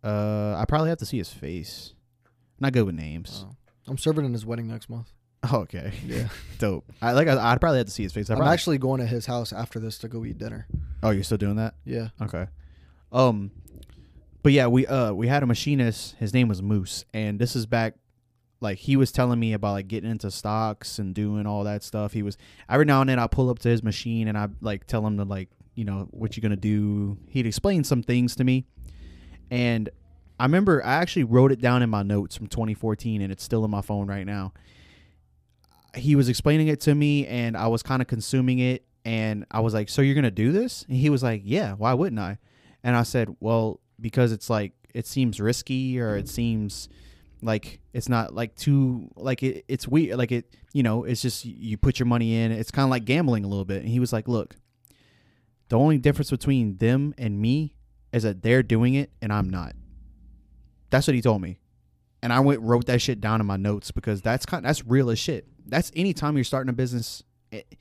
Uh, I probably have to see his face. Not good with names.
Oh. I'm serving in his wedding next month.
okay,
Yeah.
dope. I like. I, I'd probably have to see his face. I
Oh. I'm
probably,
actually going to his house after this to go eat dinner.
oh, you're still doing that?
Yeah.
Okay. Um but yeah, we uh we had a machinist, his name was Moose, and this is back like he was telling me about like getting into stocks and doing all that stuff. He was every now and then I pull up to his machine and I like tell him to like, you know, what you gonna do. He'd explain some things to me. And I remember I actually wrote it down in my notes from 2014 and it's still in my phone right now. He was explaining it to me and I was kind of consuming it and I was like, "So you're going to do this?" And he was like, "Yeah, why wouldn't I?" And I said, "Well, because it's like it seems risky or it seems like it's not like too like it, it's weird like it you know it's just you put your money in it's kind of like gambling a little bit and he was like look the only difference between them and me is that they're doing it and i'm not that's what he told me and i went wrote that shit down in my notes because that's kind that's real as shit that's anytime you're starting a business it,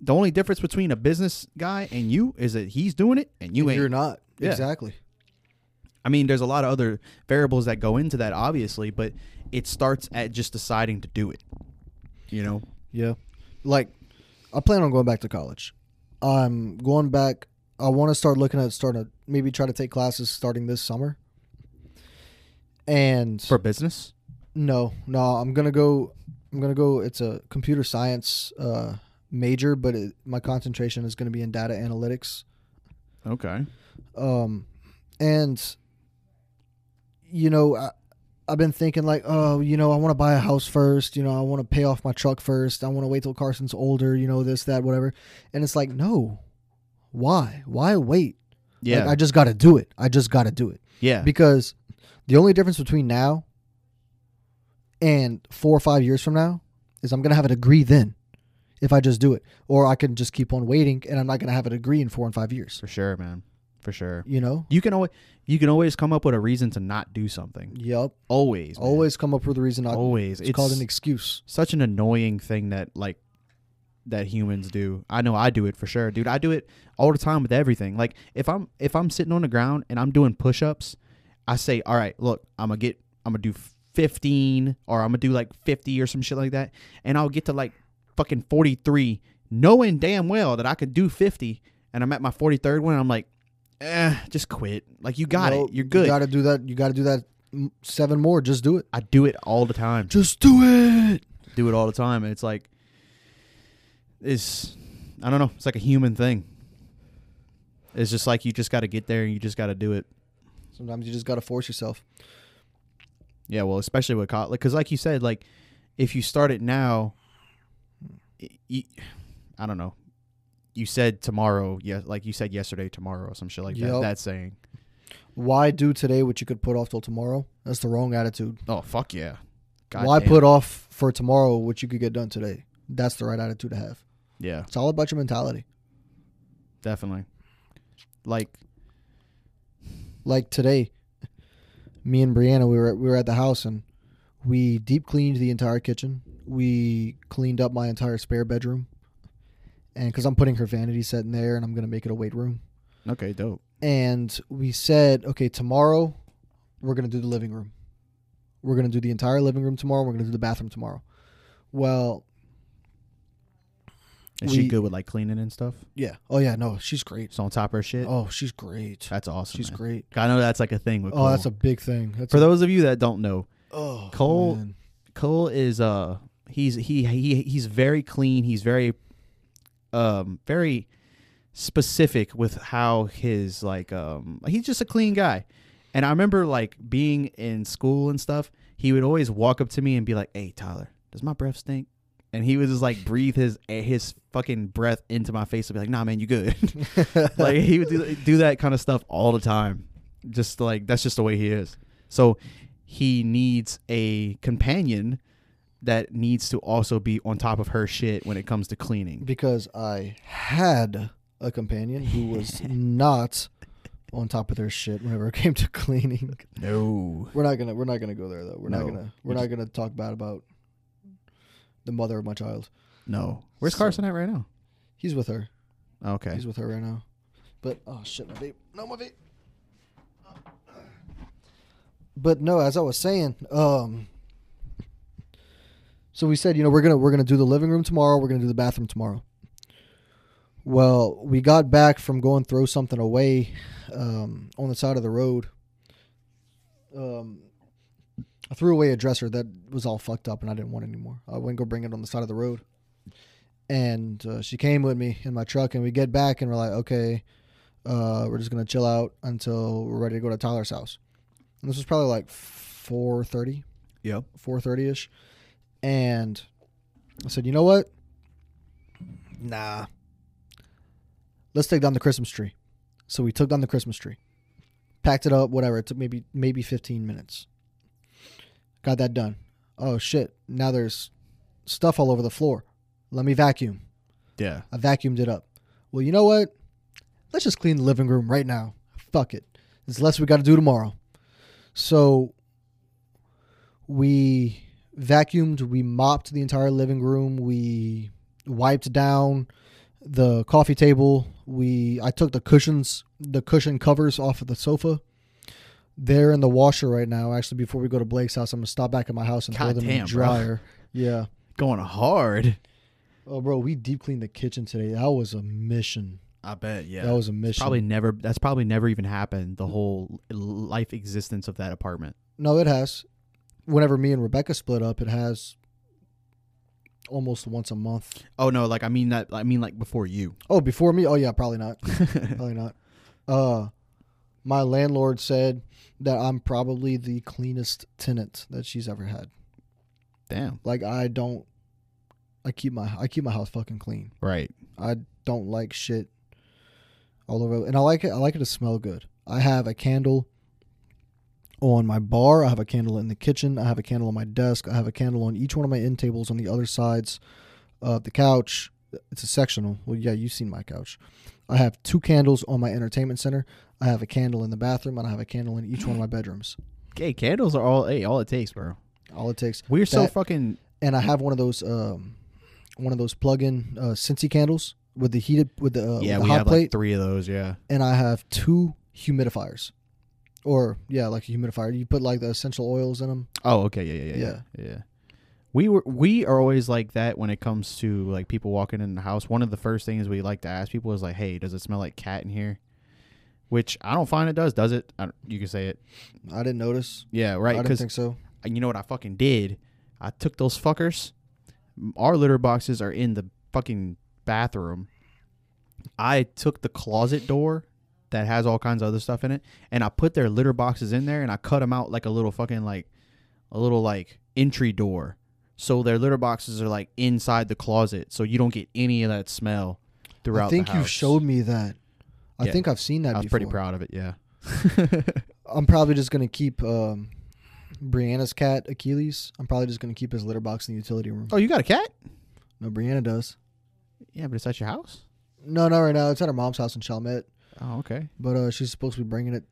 the only difference between a business guy and you is that he's doing it and you
If
ain't
You're not.
Yeah.
Exactly.
I mean, there's a lot of other variables that go into that, obviously, but it starts at just deciding to do it. You know?
Yeah. Like, I plan on going back to college. I'm going back. I want to start looking at starting to maybe try to take classes starting this summer. And
For business?
no, no, I'm gonna go. I'm gonna go. It's a computer science uh, major, but it, my concentration is gonna be in data analytics.
Okay.
um and you know I, i've been thinking like oh you know i want to buy a house first you know i want to pay off my truck first i want to wait till carson's older you know this that whatever and it's like no why why wait
Yeah.
like, i just gotta do it i just gotta do it
yeah.
because the only difference between now and four or five years from now is i'm gonna have a degree then if i just do it or i can just keep on waiting and i'm not gonna have a degree in four and five years
For sure, man. For sure.
you know
You can always you can always come up with a reason to not do something.
yep
Always. man.
always come up with a reason not
Always.
it's, called an excuse
such an annoying thing that like that humans do. I know I do it for sure, dude. I do it all the time with everything. Like if I'm if I'm sitting on the ground and I'm doing push-ups, I say, "All right, look, I'm gonna get I'm gonna do 15 or I'm gonna do like 50 or some shit like that." And I'll get to like fucking 43 knowing damn well that I could do 50 and I'm at my 43rd one and I'm like, "Eh, just quit." Like you got
Nope,
it. You're good.
you gotta do that you gotta do that mm, seven more just do it
I do it all the time.
just do it
do it all the time and it's like it's i don't know it's like a human thing it's just like you just got to get there and you just got to do it
sometimes you just gotta force yourself
yeah well especially with college because like you said like if you start it now y- y- i don't know you said tomorrow yeah like you said yesterday tomorrow or some shit like that
Yup.
that saying
why do today what you could put off till tomorrow that's the wrong attitude
oh fuck yeah God
why
damn.
put off for tomorrow what you could get done today that's the right attitude to have
yeah
it's all about your mentality
definitely like
like today me and brianna we were at, we were at the house and we deep cleaned the entire kitchen we cleaned up my entire spare bedroom and because i'm putting her vanity set in there and i'm going to make it a weight room
okay dope
and we said okay tomorrow we're going to do the living room we're going to do the entire living room tomorrow we're going to do the bathroom tomorrow well
is
We-
she good with like cleaning and stuff
yeah oh yeah no she's great
so on top of her shit
oh she's great
that's awesome
she's
man.
great
I know that's like a thing with Cole.
oh that's Oh, a big thing that's
For
a,
those of you that don't know,
oh
Cole-
man.
Cole is uh He's he he he's very clean. He's very um very specific with how his like um he's just a clean guy. And I remember like being in school and stuff, he would always walk up to me and be like, "Hey, Tyler, does my breath stink?" And he would just like breathe his his fucking breath into my face and be like, "Nah, man, you good." like he would do, do that kind of stuff all the time. Just like that's just the way he is. So he needs a companion that needs to also be on top of her shit when it comes to cleaning.
because I had a companion who was not on top of their shit whenever it came to cleaning.
No.
We're not gonna we're not gonna go there though. We're
No.
not gonna we're
We're
not gonna talk bad about the mother of my child.
No. Where's
So-
Carson at right now?
He's with her.
Okay.
He's with her right now. But oh shit, my vape. No, my vape. But no, as I was saying, um, so we said, you know, we're gonna we're gonna do the living room tomorrow. We're gonna do the bathroom tomorrow. Well, we got back from going throw something away um, on the side of the road. Um, I threw away a dresser that was all fucked up, and I didn't want it anymore. I wouldn't go bring it on the side of the road and uh, she came with me in my truck and we get back and we're like okay uh, we're just gonna chill out until we're ready to go to tyler's house and this was probably like 4.30
Yeah.
4.30ish and i said you know what nah let's take down the christmas tree so we took down the christmas tree packed it up whatever it took maybe maybe 15 minutes got that done oh shit now there's stuff all over the floor let me vacuum
Yeah.
I vacuumed it up. Well, you know what? Let's just clean the living room right now. Fuck it. There's less we got to do tomorrow. So we vacuumed, we mopped the entire living room, we wiped down the coffee table. We I took the cushions, the cushion covers off of the sofa. They're in the washer right now. Actually, before we go to Blake's house, I'm gonna stop back at my house and throw
God
them in the
damn, bro.
dryer. Yeah.
Going hard.
Oh, bro, we deep cleaned the kitchen today. That was a mission.
I bet. Yeah.
That was a mission.
probably never. That's probably never even happened. The whole life existence of that apartment.
No, it has. Whenever me and Rebecca split up, it has almost once a month.
Oh no! Like I mean that. I mean like before you.
Oh, before me? Oh yeah, probably not. probably not. Uh my landlord said that I'm probably the cleanest tenant that she's ever had.
Damn.
Like I don't I keep my I keep my house fucking clean.
Right.
I don't like shit all over, and I like it. I like it to smell good. I have a candle on my bar. I have a candle in the kitchen. I have a candle on my desk. I have a candle on each one of my end tables on the other sides of the couch. It's a sectional. Well, yeah, you've seen my couch. I have two candles on my entertainment center. I have a candle in the bathroom, and I have a candle in each one of my bedrooms.
Hey, candles are all. Hey, all it takes, bro.
All it takes.
We're so
That-
fucking.
and I have one of those um, one of those plug-in uh, Scentsy candles with the heated with the uh,
yeah,
with
we
the hot
have
plate.
like three of those. Yeah.
and I have two humidifiers, or yeah, like a humidifier. You put like the essential oils in them.
Oh, okay. Yeah, yeah, yeah, yeah. Yeah. We were we are always like that when it comes to like people walking in the house. One of the first things we like to ask people is like, "Hey, does it smell like cat in here?" Which I don't find it does. Does it? I don't, you can say it.
I didn't notice.
Yeah,
I
right.
didn't
Because
think so.
you know what I fucking did? I took those fuckers. Our litter boxes are in the fucking bathroom. I took the closet door that has all kinds of other stuff in it, and I put their litter boxes in there, and I cut them out like a little fucking like a little like entry door. So their litter boxes are like inside the closet, so you don't get any of that smell throughout.
I think
the
you
house.
showed me that. I
Yeah.
think I've seen that.
I was
before.
pretty proud of it. Yeah.
I'm probably just gonna keep um, Brianna's cat Achilles. I'm probably just gonna keep his litter box in the utility room.
oh, you got a cat?
No, Brianna does.
Yeah, but it's at your house.
No, not right now. It's at her mom's house in Chalmette,
Oh, okay.
but uh, she's supposed to be bringing it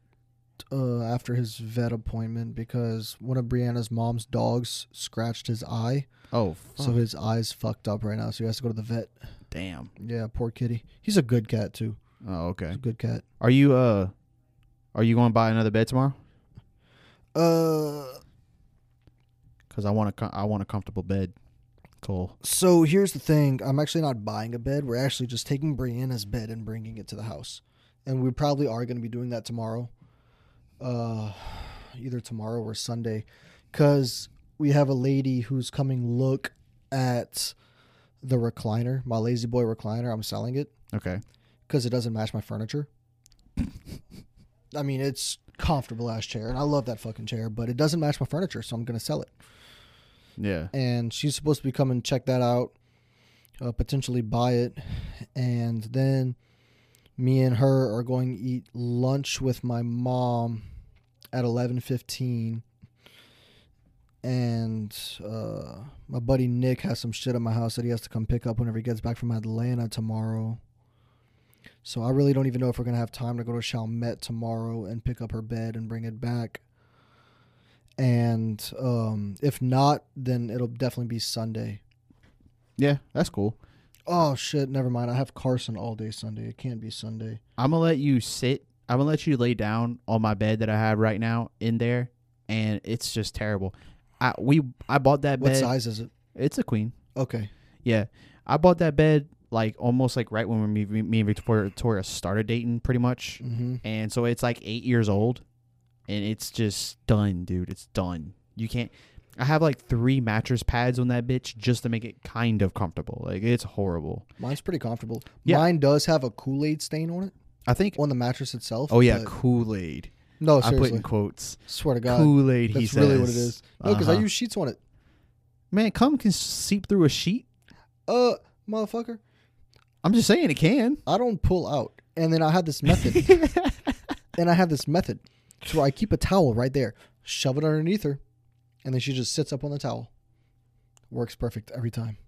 uh, after his vet appointment because one of Brianna's mom's dogs scratched his eye.
Oh, fuck.
So his eyes fucked up right now, so he has to go to the vet.
damn.
Yeah, poor kitty. He's a good cat too.
Oh, okay.
He's a good cat.
Are you uh are you going to buy another bed tomorrow?
Uh,
Cuz I want a com- I want a comfortable bed. Cole.
so here's the thing. I'm actually not buying a bed. We're actually just taking Brianna's bed and bringing it to the house, and we probably are going to be doing that tomorrow. Uh, either tomorrow or Sunday, because we have a lady who's coming look at the recliner, my lazy boy recliner. I'm selling it
Okay.
because it doesn't match my furniture. I mean, it's comfortable ass chair, and I love that fucking chair, but it doesn't match my furniture, so I'm gonna sell it.
Yeah.
And she's supposed to be coming check that out, uh, potentially buy it, and then me and her are going to eat lunch with my mom at 11:15. And uh, my buddy Nick has some shit at my house that he has to come pick up whenever he gets back from Atlanta tomorrow. So I really don't even know if we're gonna have time to go to Chalmette tomorrow and pick up her bed and bring it back. And um, if not, then it'll definitely be Sunday.
Yeah. That's cool.
Oh shit! Never mind. I have Carson all day Sunday. It can't be Sunday.
I'm gonna let you sit. I'm gonna let you lay down on my bed that I have right now in there, and it's just terrible. I we I bought that
What
bed.
size is it?
It's a queen.
Okay.
Yeah, I bought that bed like almost like right when we, me, me and Victoria, Victoria started dating, pretty much.
Mm-hmm.
And so it's like eight years old, and it's just done, dude. It's done. You can't. I have like three mattress pads on that bitch just to make it kind of comfortable. Like it's horrible.
Mine's pretty comfortable.
Yeah.
Mine does have a Kool Aid stain on it
I think.
on the mattress itself.
Oh yeah,
but-
Kool Aid.
No,
I put in
Oh, seriously.
quotes.
Swear to God,
Kool Aid. He
that's
says.
really what it is. No, because I
Uh-huh.
use sheets on it.
Man, cum can seep through a sheet.
Uh, motherfucker,
I'm just saying it can.
I don't pull out. And then I have this method. and I have this method to where I keep a towel right there, shove it underneath her, and then she just sits up on the towel. Works perfect every time.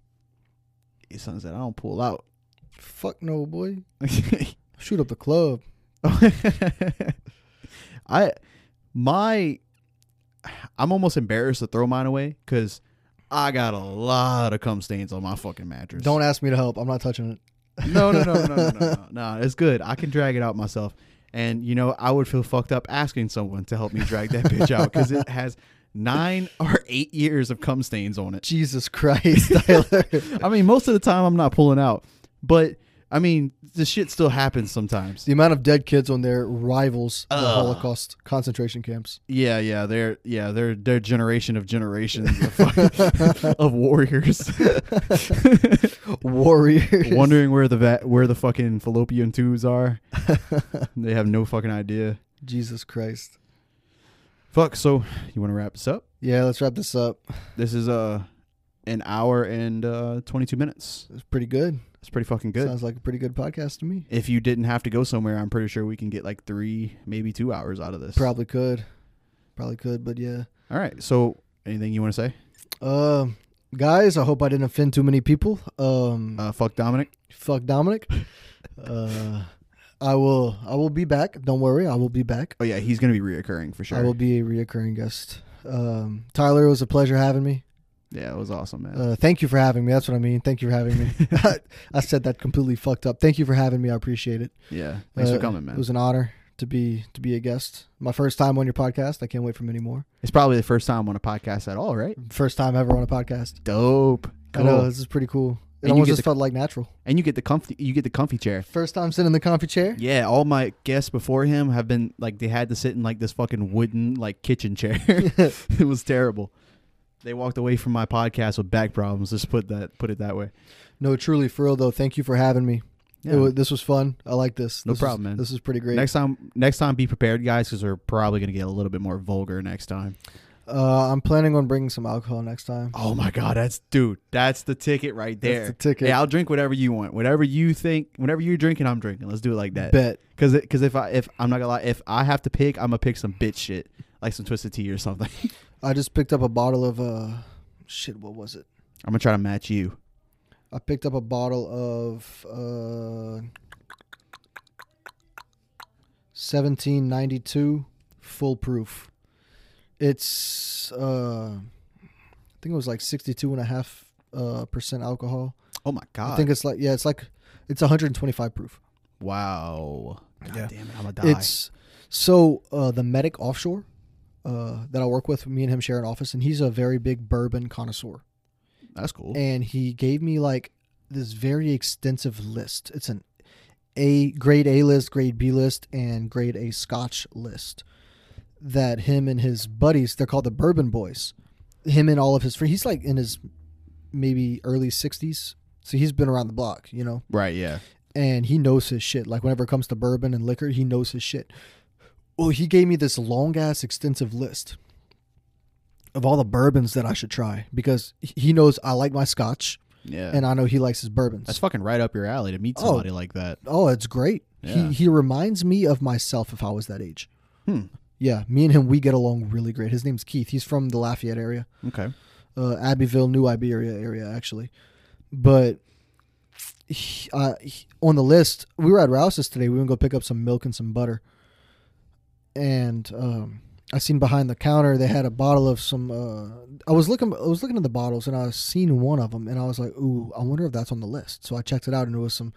Son said I don't pull out.
Fuck no, boy. Shoot up the club.
I my I'm almost embarrassed to throw mine away because I got a lot of cum stains on my fucking mattress.
Don't ask me to help. I'm not touching it.
no no no no no no no. no it's good. I can drag it out myself, and you know I would feel fucked up asking someone to help me drag that bitch out because it has nine or eight years of cum stains on it.
Jesus Christ, Tyler.
I mean, most of the time I'm not pulling out, but I mean the shit still happens sometimes.
the amount of dead kids on there rivals the
Ugh.
Holocaust concentration camps.
Yeah, yeah, they're yeah, they're their generation of generations of, of warriors,
Warriors.
wondering where the va- where the fucking fallopian tubes are. they have no fucking idea.
Jesus Christ.
Fuck. So you want to wrap this up?
Yeah, let's wrap this up.
This is uh an hour and uh, twenty two minutes.
It's pretty good.
It's pretty fucking good.
Sounds like a pretty good podcast to me.
if you didn't have to go somewhere, I'm pretty sure we can get like three, maybe two hours out of this.
Probably could. Probably could, but yeah.
All right. So anything you want to say?
Um, guys, I hope I didn't offend too many people. Um,
Uh, fuck Dominic.
fuck Dominic. uh, I will. I will be back. Don't worry, I will be back.
Oh yeah, he's gonna be reoccurring for
I
sure.
will be a reoccurring guest. Um, Tyler, it was a pleasure having me.
yeah, it was awesome, man.
Uh, thank you for having me. That's what I mean. Thank you for having me. I said that completely fucked up. Thank you for having me. I appreciate it.
yeah, thanks
Uh,
for coming, man.
It was an honor to be to be a guest. My first time on your podcast. I can't wait for many more.
It's probably the first time on a podcast at all, right?
First time ever on a podcast.
Dope.
I know
Cool.
this is pretty cool. It
And you
almost
get
just
to-
felt like natural.
And you get the comfy you get the comfy chair.
First time sitting in the comfy chair.
Yeah, all my guests before him have been like they had to sit in like this fucking wooden like kitchen chair. it was terrible. They walked away from my podcast with back problems. Just put that put it that way.
No, truly, for real though. Thank you for having me. It
Yeah.
wa- this was fun. I like this.
No
This is-
problem, man.
This is pretty great.
next time, next time, be prepared, guys, because we're probably gonna get a little bit more vulgar next time.
Uh, I'm planning on bringing some alcohol next time.
Oh my god, that's dude, that's the ticket right there.
the ticket.
Yeah, I'll drink whatever you want, whatever you think, whatever you're drinking, I'm drinking. Let's do it like that.
Bet.
Cause, it, cause if I if I'm not gonna lie, if I have to pick, I'm gonna pick some bitch shit, like some twisted tea or something.
I just picked up a bottle of uh, shit. What was it?
I'm gonna try to match you.
I picked up a bottle of uh, 1792 foolproof. It's uh, I think it was like 62 and a half uh, percent alcohol.
Oh my god!
I think it's like yeah, it's like it's 125 proof.
wow. God
Yeah.
damn it! I'm gonna die.
It's so uh, the medic offshore uh, that I work with. Me and him share an office, and he's a very big bourbon connoisseur.
That's cool.
And he gave me like this very extensive list. It's an A grade A list, grade B list, and grade A Scotch list that him and his buddies they're called the Bourbon Boys. Him and all of his friends. He's like in his maybe early 60s. So he's been around the block, you know,
Right. Yeah.
and he knows his shit. Like whenever it comes to bourbon and liquor, he knows his shit. Well, he gave me this long ass extensive list of all the bourbons that I should try because he knows I like my scotch
Yeah.
and I know he likes his bourbons.
That's fucking right up your alley to meet
Oh.
somebody like that.
Oh, it's great.
Yeah.
He he reminds me of myself if I was that age.
Hmm.
Yeah, me and him we get along really great. His name's Keith. He's from the Lafayette area,
Okay.
uh, Abbeville, New Iberia area actually. But he, uh, he- on the list, we were at Rouse's today. We were gonna go pick up some milk and some butter, and um, I seen behind the counter they had a bottle of some. Uh, I was looking, I was looking at the bottles, and I seen one of them, and I was like, "Ooh, I wonder if that's on the list." So I checked it out, and it was some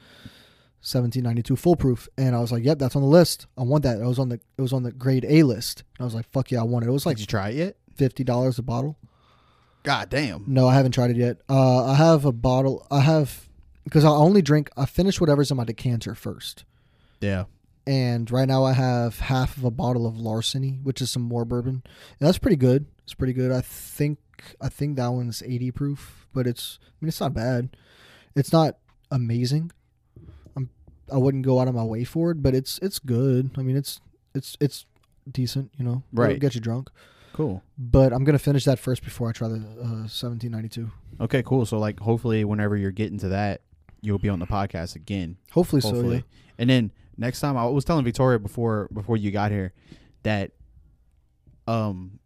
1792 foolproof and i was like yep that's on the list i want that it was on the it was on the grade a list i was like fuck yeah i want it it was like
Did you try it yet?
$50 a bottle
God damn.
no i haven't tried it yet uh, i have a bottle i have because i only drink i finish whatever's in my decanter first
Yeah.
and right now i have half of a bottle of larceny which is some more bourbon and that's pretty good it's pretty good i think i think that one's 80 proof but it's i mean it's not bad it's not amazing i'm i wouldn't go out of my way for it but it's it's good i mean it's it's it's decent you know It'll
Right.
get you drunk
Cool.
but i'm gonna finish that first before i try the uh, 1792
Okay. Cool. So like, hopefully, whenever you're getting to that, you'll be on the podcast again.
hopefully, so
Hopefully.
yeah
And then next time, I was telling Victoria before before you got here that um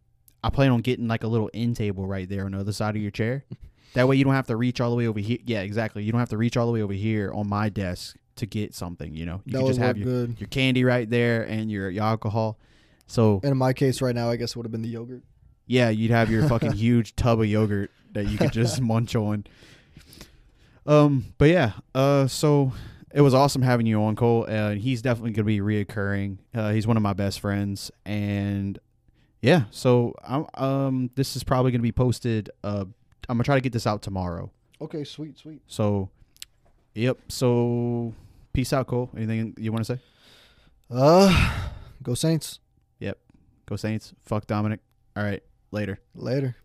I plan on getting like a little end table right there on the other side of your chair. That way you don't have to reach all the way over here. Yeah, exactly. You don't have to reach all the way over here on my desk to get something. You know, you
that
can
would
just
work
have your,
good
your candy right there and your, your alcohol. So
and in my case right now i guess it would have been the yogurt
yeah, you'd have your fucking huge tub of yogurt that you could just munch on. Um, but yeah, uh, so it was awesome having you on, Cole. Uh, he's definitely gonna be reoccurring. Uh, he's one of my best friends, and yeah, so I'm um, this is probably gonna be posted. Uh, I'm gonna try to get this out tomorrow.
okay sweet sweet
So, yep. So, peace out, Cole. Anything you want to say?
uh go saints
Go Saints. Fuck Dominic. All right, later.
later